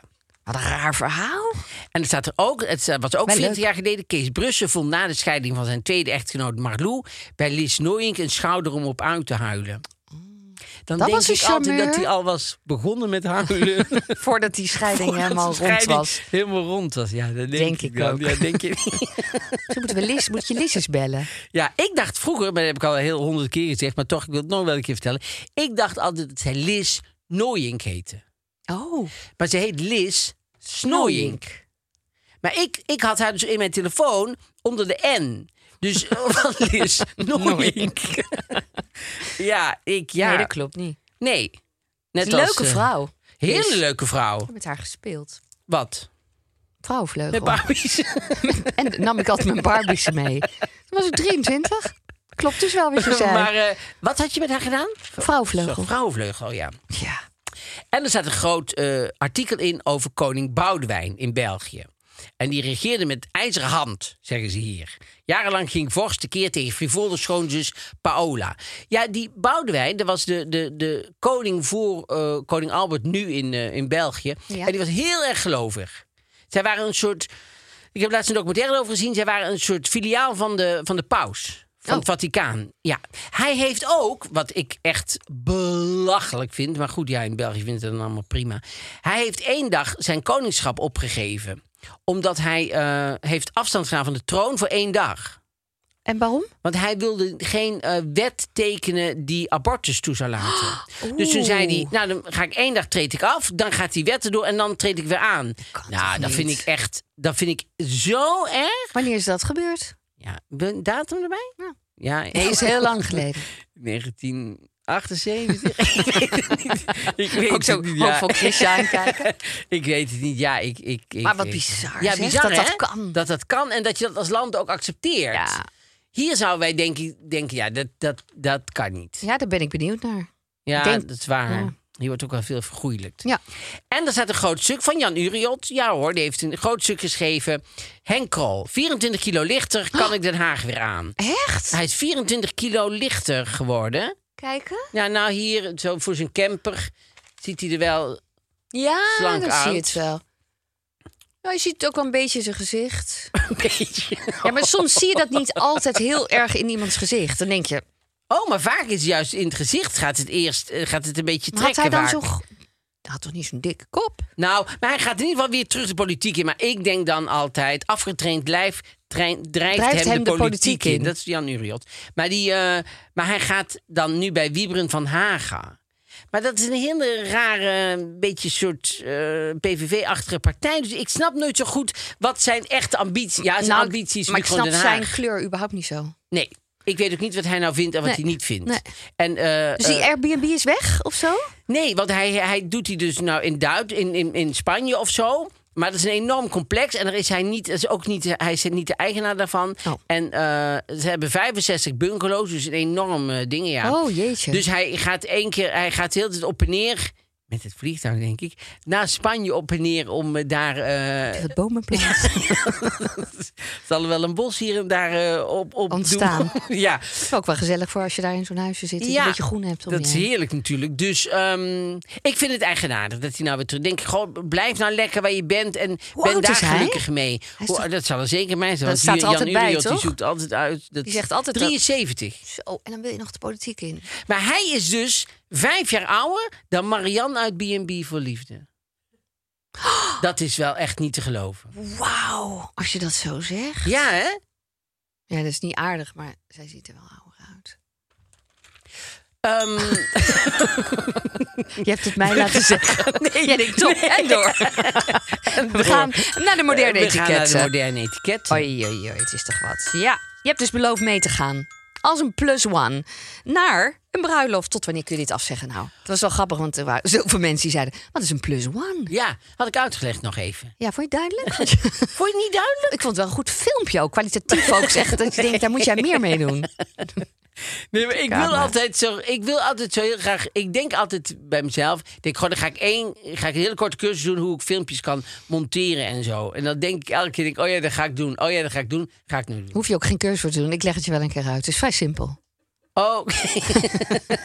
Speaker 4: Wat een raar verhaal.
Speaker 3: En er staat er ook, het eh, was ook
Speaker 4: Wel
Speaker 3: 40
Speaker 4: leuk.
Speaker 3: jaar geleden. Kees Brussen vond na de scheiding van zijn tweede echtgenoot Marlou bij Lies Nooyink een schouder om op uit te huilen. Dan
Speaker 4: Mm. Dat
Speaker 3: denk
Speaker 4: was een
Speaker 3: ik altijd
Speaker 4: charmeur.
Speaker 3: dat hij al was begonnen met huilen.
Speaker 4: *laughs* Voordat die scheiding helemaal
Speaker 3: De
Speaker 4: rond
Speaker 3: scheiding
Speaker 4: was.
Speaker 3: Helemaal rond was, ja. Dat denk,
Speaker 4: Denk
Speaker 3: ik
Speaker 4: ik
Speaker 3: dan.
Speaker 4: ook.
Speaker 3: Ja, denk
Speaker 4: *laughs*
Speaker 3: je,
Speaker 4: Toen moeten we Liz, moet je Liz eens bellen.
Speaker 3: Ja, ik dacht vroeger, maar dat heb ik al heel honderd keer gezegd, maar toch, ik wil het nog wel een keer vertellen. Ik dacht altijd dat zij Liz Nooyink heette.
Speaker 4: Oh,
Speaker 3: Maar ze heet Liz Snooyink. Maar ik, ik had haar dus in mijn telefoon onder de N.
Speaker 4: *laughs*
Speaker 3: Dus *laughs* eh, van Liz Nooyink. ja, ik ja.
Speaker 4: Nou, Nee, dat klopt niet.
Speaker 3: Nee. Net
Speaker 4: Een
Speaker 3: als,
Speaker 4: leuke
Speaker 3: eh,
Speaker 4: vrouw. Ik
Speaker 3: Hele
Speaker 4: Liz.
Speaker 3: leuke vrouw.
Speaker 4: heb met haar gespeeld.
Speaker 3: Wat? Met
Speaker 4: Vrouwvleugel.
Speaker 3: Barbies.
Speaker 4: En dan nam ik altijd mijn Barbies mee. Toen was ik 23. *laughs*
Speaker 3: *laughs*
Speaker 4: Klopt dus wel wat je zei.
Speaker 3: maar eh, wat had je met haar gedaan?
Speaker 4: Vrouwvleugel.
Speaker 3: Vrouwenvleugel, ja.
Speaker 4: Ja.
Speaker 3: En er staat een groot eh, artikel in over koning Boudewijn in België. En die regeerde met ijzeren hand, zeggen ze hier. Jarenlang ging Vorst tekeer tegen frivole schoonzus Paola. Ja, die Boudewijn, dat was de, de, de koning voor eh, koning Albert nu in, eh, in België.
Speaker 4: Ja.
Speaker 3: En die was heel erg gelovig. Zij waren een soort... Ik heb laatst een documentaire over gezien. Zij waren een soort filiaal van de, van de paus. Van
Speaker 4: Oh.
Speaker 3: het Vaticaan. Ja. Hij heeft ook, wat ik echt belachelijk vind. Maar goed, ja, in België vindt het dan allemaal prima. Hij heeft één dag zijn koningschap opgegeven. Omdat hij eh, heeft afstand gedaan van de troon voor één dag.
Speaker 4: En waarom?
Speaker 3: Want hij wilde geen eh, wet tekenen die abortus toe zou
Speaker 4: *gasps*
Speaker 3: laten. dus toen zei hij, nou dan ga ik één dag treed ik af, dan gaat die wet erdoor en dan treed ik weer aan. Nou,
Speaker 4: toch
Speaker 3: dat vind
Speaker 4: niet?
Speaker 3: ik echt, dat vind ik zo erg.
Speaker 4: Wanneer is dat gebeurd?
Speaker 3: Ja, een datum erbij?
Speaker 4: Ja.
Speaker 3: Ja,
Speaker 4: Nee, is heel
Speaker 3: *laughs*
Speaker 4: lang geleden.
Speaker 3: 1978. *laughs* ik weet het niet. Ik weet
Speaker 4: Ook zo
Speaker 3: het niet, *laughs*
Speaker 4: hoopvol Chrisje aankijken.
Speaker 3: ik weet het niet. Ja, ik, ik, ik
Speaker 4: Maar wat
Speaker 3: weet het.
Speaker 4: bizar,
Speaker 3: Ja,
Speaker 4: zeg,
Speaker 3: bizar
Speaker 4: dat dat
Speaker 3: hè?
Speaker 4: kan.
Speaker 3: Dat dat kan en dat je dat als land ook accepteert.
Speaker 4: Ja.
Speaker 3: Hier zouden wij denk ik, denken, ja, dat, dat, dat kan niet.
Speaker 4: Ja, daar ben ik benieuwd naar.
Speaker 3: Ja,
Speaker 4: Denk-
Speaker 3: dat is waar.
Speaker 4: Ja.
Speaker 3: Hier wordt ook wel veel vergoeilijkt.
Speaker 4: Ja.
Speaker 3: En er staat een groot stuk van Jan Uriot. Ja hoor, die heeft een groot stuk geschreven. Henk Krol, 24 kilo lichter, kan ik Den Haag weer aan.
Speaker 4: Echt?
Speaker 3: Hij is 24 kilo lichter geworden.
Speaker 4: Kijken?
Speaker 3: Ja, nou hier, zo voor zijn camper, ziet hij er wel...
Speaker 4: Ja,
Speaker 3: Slank
Speaker 4: dan zie
Speaker 3: oud.
Speaker 4: je het wel. Nou, je ziet het ook wel een beetje in zijn gezicht.
Speaker 3: *laughs* Een beetje.
Speaker 4: Ja, maar soms zie je dat niet altijd heel erg in iemands gezicht. Dan denk je,
Speaker 3: Oh, maar vaak is het juist in het gezicht gaat het eerst eh, gaat het een beetje
Speaker 4: maar had
Speaker 3: trekken.
Speaker 4: hij dan
Speaker 3: vaak.
Speaker 4: zo... g- Hij had toch niet zo'n dikke kop?
Speaker 3: Nou, maar hij gaat in ieder geval weer terug de politiek in. Maar ik denk dan altijd, afgetraind lijf trein, drijft,
Speaker 4: Drijft
Speaker 3: hem, de, politiek in. Dat is Jan Uriot. Maar, die, eh, maar hij gaat dan nu bij Wiebren van Haga. Maar dat is een hele rare, beetje soort eh, PVV-achtige partij. Dus ik snap nooit zo goed wat zijn echte ambities... Ja, zijn ambities
Speaker 4: Nou, maar ik
Speaker 3: gewoon
Speaker 4: snap
Speaker 3: Den Haag. Eh,
Speaker 4: zijn kleur überhaupt niet zo.
Speaker 3: Nee, ik weet ook niet wat hij nou vindt en wat
Speaker 4: Nee,
Speaker 3: hij niet vindt.
Speaker 4: nee.
Speaker 3: En, eh,
Speaker 4: Dus die Airbnb is weg of zo?
Speaker 3: Nee, want hij, hij doet die dus nou in, Duit, in, in, in Spanje of zo. Maar dat is een enorm complex en daar is hij niet, is ook niet, hij is niet de eigenaar daarvan.
Speaker 4: Oh.
Speaker 3: En eh, ze hebben 65 bungalows, dus een enorm eh, ding, ja.
Speaker 4: Oh, jeetje.
Speaker 3: Dus hij gaat één keer, hij gaat heel tijd op en neer, met het vliegtuig denk ik, naar Spanje op en neer om eh, daar... eh,
Speaker 4: Dat bomenplaats.
Speaker 3: zal er wel een bos hier en daar eh, op, op doen. *laughs*
Speaker 4: Ontstaan.
Speaker 3: ja,
Speaker 4: *laughs* Dat is ook wel gezellig voor als je daar in zo'n huisje zit. Dat je
Speaker 3: Ja,
Speaker 4: een beetje groen hebt om
Speaker 3: Dat
Speaker 4: je
Speaker 3: is
Speaker 4: heen.
Speaker 3: heerlijk natuurlijk. Dus ehm, ik vind het eigenaardig dat hij nou weer terug... Denk, ik, goh, blijf nou lekker waar je bent en
Speaker 4: Hoe
Speaker 3: ben
Speaker 4: oud
Speaker 3: daar
Speaker 4: is hij?
Speaker 3: gelukkig mee.
Speaker 4: is
Speaker 3: Hoe-
Speaker 4: toch-
Speaker 3: Dat zal er zeker mij zijn.
Speaker 4: Dat
Speaker 3: want
Speaker 4: staat er
Speaker 3: Jan
Speaker 4: altijd bij,
Speaker 3: Uriot,
Speaker 4: toch?
Speaker 3: Die zoekt altijd uit. Dat
Speaker 4: Die zegt altijd dat-
Speaker 3: 73.
Speaker 4: Zo, en dan wil je nog de politiek in.
Speaker 3: Maar hij is dus vijf jaar ouder dan Marianne uit B&B voor Liefde. Dat is wel echt niet te geloven.
Speaker 4: Wauw, als je dat zo zegt.
Speaker 3: Ja, hè?
Speaker 4: Ja, dat is niet aardig, maar zij ziet er wel ouder uit. *laughs*
Speaker 3: Ehm,
Speaker 4: Je hebt het mij *laughs* laten zeggen.
Speaker 3: nee,
Speaker 4: Jij denkt toch en door. *laughs* We gaan naar de moderne
Speaker 3: We gaan naar de
Speaker 4: etiketten. Oh
Speaker 3: moderne etiket.
Speaker 4: Oei, oei, oei, het is toch wat. Ja, je hebt dus beloofd mee te gaan. Als een plus one. Naar een bruiloft. Tot wanneer kun je dit afzeggen nou? Het was wel grappig, want er waren zoveel mensen die zeiden... Wat is een plus one?
Speaker 3: Ja, had ik uitgelegd nog even.
Speaker 4: Ja, vond je het *laughs* duidelijk?
Speaker 3: Vond je het niet duidelijk?
Speaker 4: ik vond het wel een goed filmpje ook. Kwalitatief ook. Zeg, dat je denkt, daar moet jij meer mee doen.
Speaker 3: Nee, maar ik
Speaker 4: Ja,
Speaker 3: wil
Speaker 4: maar-
Speaker 3: altijd zo. Ik wil altijd zo heel graag. Ik denk altijd bij mezelf. Ik Denk gewoon, dan ga ik één, ga ik een hele korte cursus doen hoe ik filmpjes kan monteren en zo. En dan denk ik elke keer, denk, ik, oh ja, dat ga ik doen. Oh ja, dat ga ik doen. Ga ik nu doen.
Speaker 4: Hoef je ook geen cursus voor te doen. Ik leg het je wel een keer uit. Het is vrij simpel.
Speaker 3: Oh,
Speaker 4: *laughs*
Speaker 3: oké.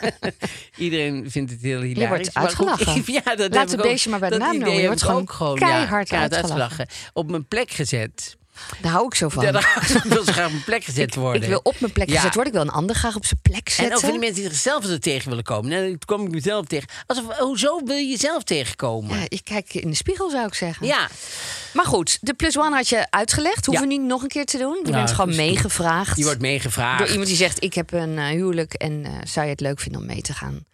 Speaker 3: Iedereen vindt het heel hilarisch.
Speaker 4: wordt
Speaker 3: maar goed, *laughs*
Speaker 4: uitgelachen.
Speaker 3: ja, dat
Speaker 4: Laat
Speaker 3: heb
Speaker 4: het
Speaker 3: ik ook-
Speaker 4: beestje maar bij de
Speaker 3: dat
Speaker 4: naam
Speaker 3: idee
Speaker 4: noemen. Je
Speaker 3: heb
Speaker 4: wordt
Speaker 3: ik
Speaker 4: gewoon
Speaker 3: ook gewoon
Speaker 4: keihard
Speaker 3: ja, keihard
Speaker 4: uitgelachen.
Speaker 3: Op mijn plek gezet.
Speaker 4: Daar hou ik
Speaker 3: *laughs*
Speaker 4: zo van.
Speaker 3: Ja, daar- ik wil zo graag op mijn plek gezet worden.
Speaker 4: Ik wil op mijn plek
Speaker 3: Ja.
Speaker 4: gezet worden. Ik wil een ander graag op zijn plek
Speaker 3: En ook
Speaker 4: zetten.
Speaker 3: van die mensen die zichzelf er tegen willen komen. Nou, dan kom ik mezelf tegen. Alsof, hoezo wil je jezelf tegenkomen?
Speaker 4: Ja, ik kijk in de spiegel, zou ik zeggen.
Speaker 3: Ja,
Speaker 4: Maar goed, de plus one had je uitgelegd. Hoeven we niet nog een keer te doen. Je
Speaker 3: Nou,
Speaker 4: bent gewoon
Speaker 3: dat is-
Speaker 4: meegevraagd.
Speaker 3: die wordt meegevraagd.
Speaker 4: Door iemand die zegt, ik heb een eh, huwelijk en eh, zou je het leuk vinden om mee te gaan?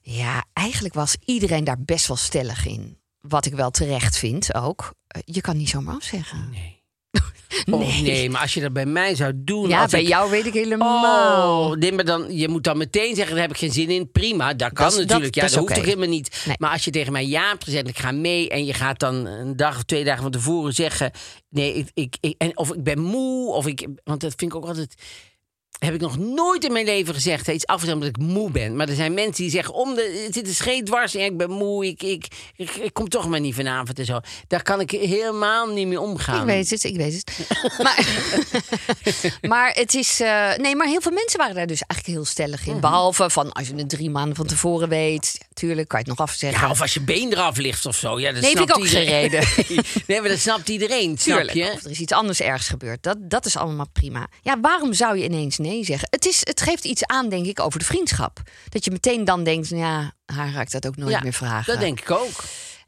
Speaker 4: Ja, eigenlijk was iedereen daar best wel stellig in. Wat ik wel terecht vind ook. Eh, je kan niet zomaar afzeggen. *laughs*
Speaker 3: Nee. Oh, nee. maar als je dat bij mij zou doen.
Speaker 4: Ja,
Speaker 3: als
Speaker 4: bij
Speaker 3: ik-
Speaker 4: jou weet ik helemaal.
Speaker 3: Oh, nee, maar dan, je moet dan meteen zeggen, daar heb ik geen zin in. Prima, dat kan
Speaker 4: Dat is- dat-
Speaker 3: natuurlijk. ja, dat,
Speaker 4: dat is
Speaker 3: hoeft
Speaker 4: oké.
Speaker 3: toch helemaal niet.
Speaker 4: Nee.
Speaker 3: Maar als je tegen mij ja hebt gezegd, ik ga mee... en je gaat dan een dag of twee dagen van tevoren zeggen... nee, ik, ik, ik- en, of ik ben moe, of ik... want dat vind ik ook altijd... heb ik nog nooit in mijn leven gezegd. hè, Iets af en toe omdat ik moe ben. Maar er zijn mensen die zeggen: om de, het zit een scheet dwars. En ik ben moe. Ik, ik, ik, ik kom toch maar niet vanavond en zo. Daar kan ik helemaal niet mee omgaan.
Speaker 4: Ik weet het, ik weet het. maar, *laughs* maar het is. eh, nee, maar heel veel mensen waren daar dus eigenlijk heel stellig
Speaker 3: Mhm.
Speaker 4: in. Behalve van als je het drie maanden van tevoren weet. ja, Tuurlijk, kan je het nog afzeggen.
Speaker 3: Ja, of als je been eraf ligt of zo. Ja, dat
Speaker 4: Nee, vind
Speaker 3: snapt
Speaker 4: ik ook geen
Speaker 3: iedereen.
Speaker 4: reden.
Speaker 3: *laughs* nee, maar dat snapt iedereen, snap
Speaker 4: Tuurlijk,
Speaker 3: je?
Speaker 4: Of er is iets anders ergs gebeurd. Dat, dat is allemaal prima. Ja, waarom zou je ineens nee zeggen? Het, is, het geeft iets aan, denk ik, over de vriendschap. Dat je meteen dan denkt, nou ja, haar ga ik dat ook nooit meer vragen.
Speaker 3: dat denk ik ook.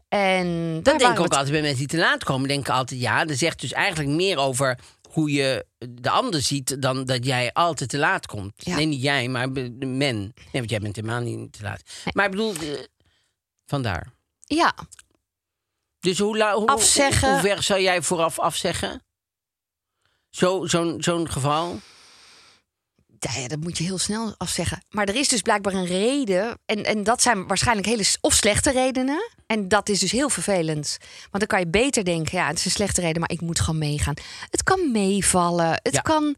Speaker 4: En daar
Speaker 3: Dat denk
Speaker 4: waren
Speaker 3: ik
Speaker 4: we
Speaker 3: ook
Speaker 4: het-
Speaker 3: altijd bij mensen die te laat komen. Denk ik altijd, ja, dat zegt dus eigenlijk meer over hoe je de ander ziet dan dat jij altijd te laat komt.
Speaker 4: Ja.
Speaker 3: Nee, niet jij, maar be- de men. Nee, want jij bent helemaal niet te laat. Maar ik bedoel, eh, vandaar.
Speaker 4: Ja,
Speaker 3: Dus hoe, la- hoe,
Speaker 4: Afzeggen.
Speaker 3: hoe, hoe ver zou jij vooraf afzeggen? Zo- Zo'n zo'n geval?
Speaker 4: Ja, ja, dat moet je heel snel afzeggen. Maar er is dus blijkbaar een reden. En, en dat zijn waarschijnlijk hele s- of slechte redenen. En dat is dus heel vervelend. Want dan kan je beter denken, ja, het is een slechte reden, maar ik moet gewoon meegaan. Het kan meevallen. Het
Speaker 3: Ja.
Speaker 4: kan.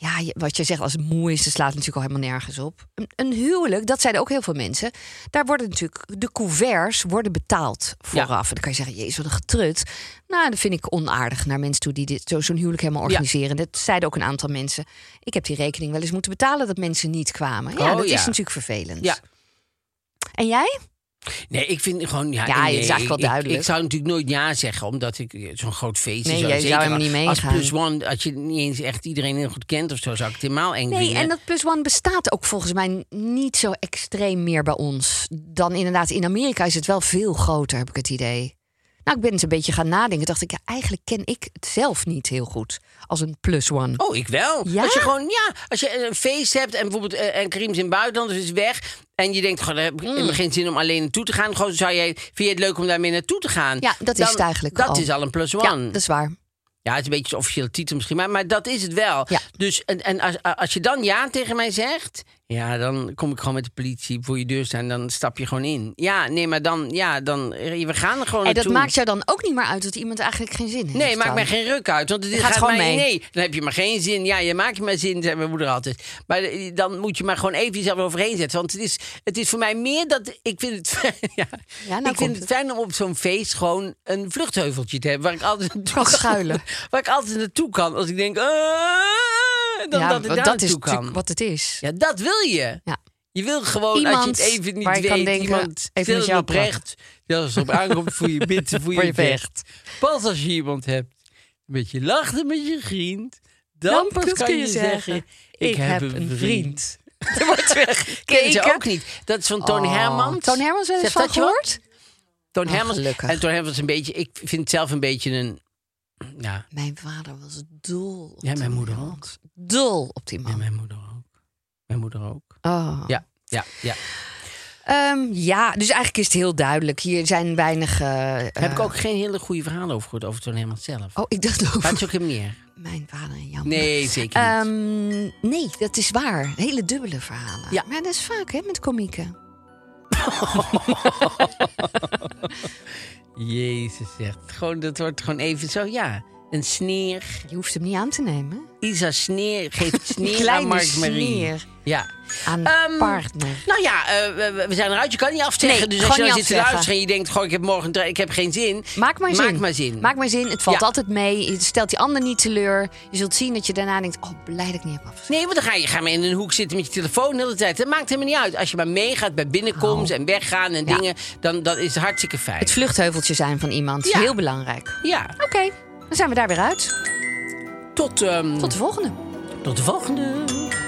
Speaker 4: Ja, je- wat je zegt als het moe is, dat slaat natuurlijk al helemaal nergens op. Een, een huwelijk, dat zeiden ook heel veel mensen. Daar worden natuurlijk de couverts worden betaald vooraf. En dan kan je zeggen, jezus, wat een getrut. Nou, dat vind ik onaardig naar mensen toe die dit, zo, zo'n huwelijk helemaal
Speaker 3: Ja.
Speaker 4: organiseren. Dat zeiden ook een aantal mensen. Ik heb die rekening wel eens moeten betalen dat mensen niet kwamen. Ja,
Speaker 3: Oh,
Speaker 4: dat
Speaker 3: ja.
Speaker 4: is natuurlijk vervelend.
Speaker 3: Ja.
Speaker 4: En jij?
Speaker 3: Nee, ik vind gewoon... Ja,
Speaker 4: Ja,
Speaker 3: nee,
Speaker 4: het is eigenlijk wel
Speaker 3: ik- Ik,
Speaker 4: duidelijk.
Speaker 3: zou natuurlijk nooit ja zeggen, omdat ik eh, zo'n groot feest...
Speaker 4: Nee,
Speaker 3: en zo,
Speaker 4: jij
Speaker 3: zeker
Speaker 4: zou
Speaker 3: als-
Speaker 4: helemaal niet meegaan.
Speaker 3: Als plus one, als je niet eens echt iedereen heel goed kent of zo, zou ik het helemaal eng
Speaker 4: Nee,
Speaker 3: vinden.
Speaker 4: en dat plus one bestaat ook volgens mij niet zo extreem meer bij ons. Dan inderdaad, in Amerika is het wel veel groter, heb ik het idee. Nou, ik ben eens een beetje gaan nadenken. Dacht ik, ja, eigenlijk ken ik het zelf niet heel goed als een plus one.
Speaker 3: Oh, ik wel.
Speaker 4: Ja?
Speaker 3: Als je gewoon, ja, als je eh, een feest hebt en bijvoorbeeld eh, en Karim is in het buitenland, dus is weg. En je denkt, gewoon, daar heb ik
Speaker 4: Mm.
Speaker 3: helemaal geen zin om alleen naartoe te gaan. Gewoon zou jij, vind je het leuk om daarmee naartoe te gaan?
Speaker 4: Ja, dat is het eigenlijk
Speaker 3: Dat
Speaker 4: al.
Speaker 3: is al een plus
Speaker 4: ja,
Speaker 3: one.
Speaker 4: dat is waar.
Speaker 3: Ja, het is een beetje een officiële titel misschien, maar, maar dat is het wel.
Speaker 4: Ja.
Speaker 3: Dus en, en als, als je dan ja tegen mij zegt, ja, dan kom ik gewoon met de politie voor je deur staan en dan stap je gewoon in. Ja, nee, maar dan, ja, dan, eh, we gaan er gewoon
Speaker 4: En dat
Speaker 3: naartoe.
Speaker 4: maakt jou dan ook niet meer uit dat iemand eigenlijk geen zin heeft.
Speaker 3: Oh, Nee, maakt
Speaker 4: dan.
Speaker 3: mij geen ruk uit. Want het
Speaker 4: gaat
Speaker 3: gaat
Speaker 4: gewoon
Speaker 3: mij,
Speaker 4: mee.
Speaker 3: Nee, dan heb je maar geen zin. Ja, je maakt je maar zin, zei mijn moeder altijd. Maar eh, dan moet je maar gewoon even jezelf overheen zetten. Want het is, het is voor mij meer dat... Ik vind het fijn, *laughs* ja,
Speaker 4: nou
Speaker 3: ik
Speaker 4: komt
Speaker 3: vind het
Speaker 4: het.
Speaker 3: fijn om op zo'n feest gewoon een vluchtheuveltje te hebben. Waar ik altijd naartoe
Speaker 4: Kan schuilen.
Speaker 3: *laughs* Waar ik altijd naartoe kan. Als ik denk... ah, dan
Speaker 4: Ja,
Speaker 3: dat ik
Speaker 4: want
Speaker 3: daar
Speaker 4: dat is
Speaker 3: naartoe
Speaker 4: natuurlijk
Speaker 3: kan.
Speaker 4: wat het is.
Speaker 3: Ja, dat wil je.
Speaker 4: Ja.
Speaker 3: Je wil gewoon, als je
Speaker 4: Iemand
Speaker 3: het even niet
Speaker 4: waar je
Speaker 3: weet,
Speaker 4: kan denken,
Speaker 3: iemand
Speaker 4: even met
Speaker 3: stil en
Speaker 4: jou
Speaker 3: oprecht. Ja, als het op aankomt, voel je bid, voel je,
Speaker 4: *laughs* Voor je
Speaker 3: vecht. Pas als je iemand hebt, een beetje lachen met je vriend, dan, pas kan, je zeggen, ik, heb een vriend.
Speaker 4: *laughs* Er wordt weer
Speaker 3: *laughs* Ken je
Speaker 4: gekeken.
Speaker 3: ook niet. Dat is van Toon Hermans.
Speaker 4: Oh. Toon Hermans wel
Speaker 3: Zegt
Speaker 4: eens van
Speaker 3: dat je wat?
Speaker 4: gehoord?
Speaker 3: Toon
Speaker 4: Oh,
Speaker 3: Hermans.
Speaker 4: gelukkig.
Speaker 3: En Toon Hermans is een beetje, ik vind het zelf een beetje een, ja,
Speaker 4: Mijn vader was dol. op
Speaker 3: Ja, mijn
Speaker 4: die
Speaker 3: moeder
Speaker 4: man.
Speaker 3: ook.
Speaker 4: Dol op die
Speaker 3: ja,
Speaker 4: man.
Speaker 3: mijn moeder ook. Mijn moeder ook.
Speaker 4: Oh.
Speaker 3: Ja, ja, ja.
Speaker 4: Ehm, ja, dus eigenlijk is het heel duidelijk. Hier zijn weinig. eh,
Speaker 3: Daar heb
Speaker 4: eh,
Speaker 3: ik ook geen hele goede verhalen over gehoord, over Toon Hermans zelf.
Speaker 4: Oh, ik dacht
Speaker 3: Maar het
Speaker 4: over
Speaker 3: is ook een meer.
Speaker 4: mijn vader en jouw moeder.
Speaker 3: Nee, zeker niet.
Speaker 4: *laughs* Ehm, nee, dat is waar. Hele dubbele verhalen.
Speaker 3: Ja.
Speaker 4: Maar dat is vaak hè, met komieken. Ehm.
Speaker 3: Jezus zegt. Gewoon, dat wordt gewoon even zo, ja. Een sneer.
Speaker 4: Je hoeft hem niet aan te nemen.
Speaker 3: Isa sneer
Speaker 4: *laughs*
Speaker 3: geeft sneer aan
Speaker 4: Kleine
Speaker 3: Mark Marie.
Speaker 4: sneer.
Speaker 3: Ja.
Speaker 4: Aan
Speaker 3: Ehm,
Speaker 4: partner.
Speaker 3: Nou ja, eh, we, we zijn eruit. Je kan niet afzeggen. dus
Speaker 4: Nee,
Speaker 3: als je
Speaker 4: gewoon
Speaker 3: dan
Speaker 4: niet
Speaker 3: zit te
Speaker 4: afzeggen.
Speaker 3: luisteren en je denkt... Goh, ik heb morgen een trein, ik heb geen zin.
Speaker 4: Maak maar zin.
Speaker 3: Maak maar zin.
Speaker 4: Maak maar zin. Het valt
Speaker 3: Ja.
Speaker 4: altijd mee. Je stelt die ander niet teleur. Je zult zien dat je daarna denkt... Oh, blij dat ik niet heb afgezet.
Speaker 3: Nee, want dan ga je, ga maar in een hoek zitten met je telefoon de hele tijd. Dat maakt helemaal niet uit. Als je maar meegaat bij binnenkomst en weggaan en
Speaker 4: Oh. Ja.
Speaker 3: dingen... dan dat is het hartstikke fijn.
Speaker 4: Het vluchtheuveltje zijn van iemand.
Speaker 3: Ja.
Speaker 4: Heel belangrijk.
Speaker 3: ja,
Speaker 4: Oké, dan zijn we daar weer uit.
Speaker 3: tot, ehm,
Speaker 4: Tot de volgende.
Speaker 3: tot de volgende.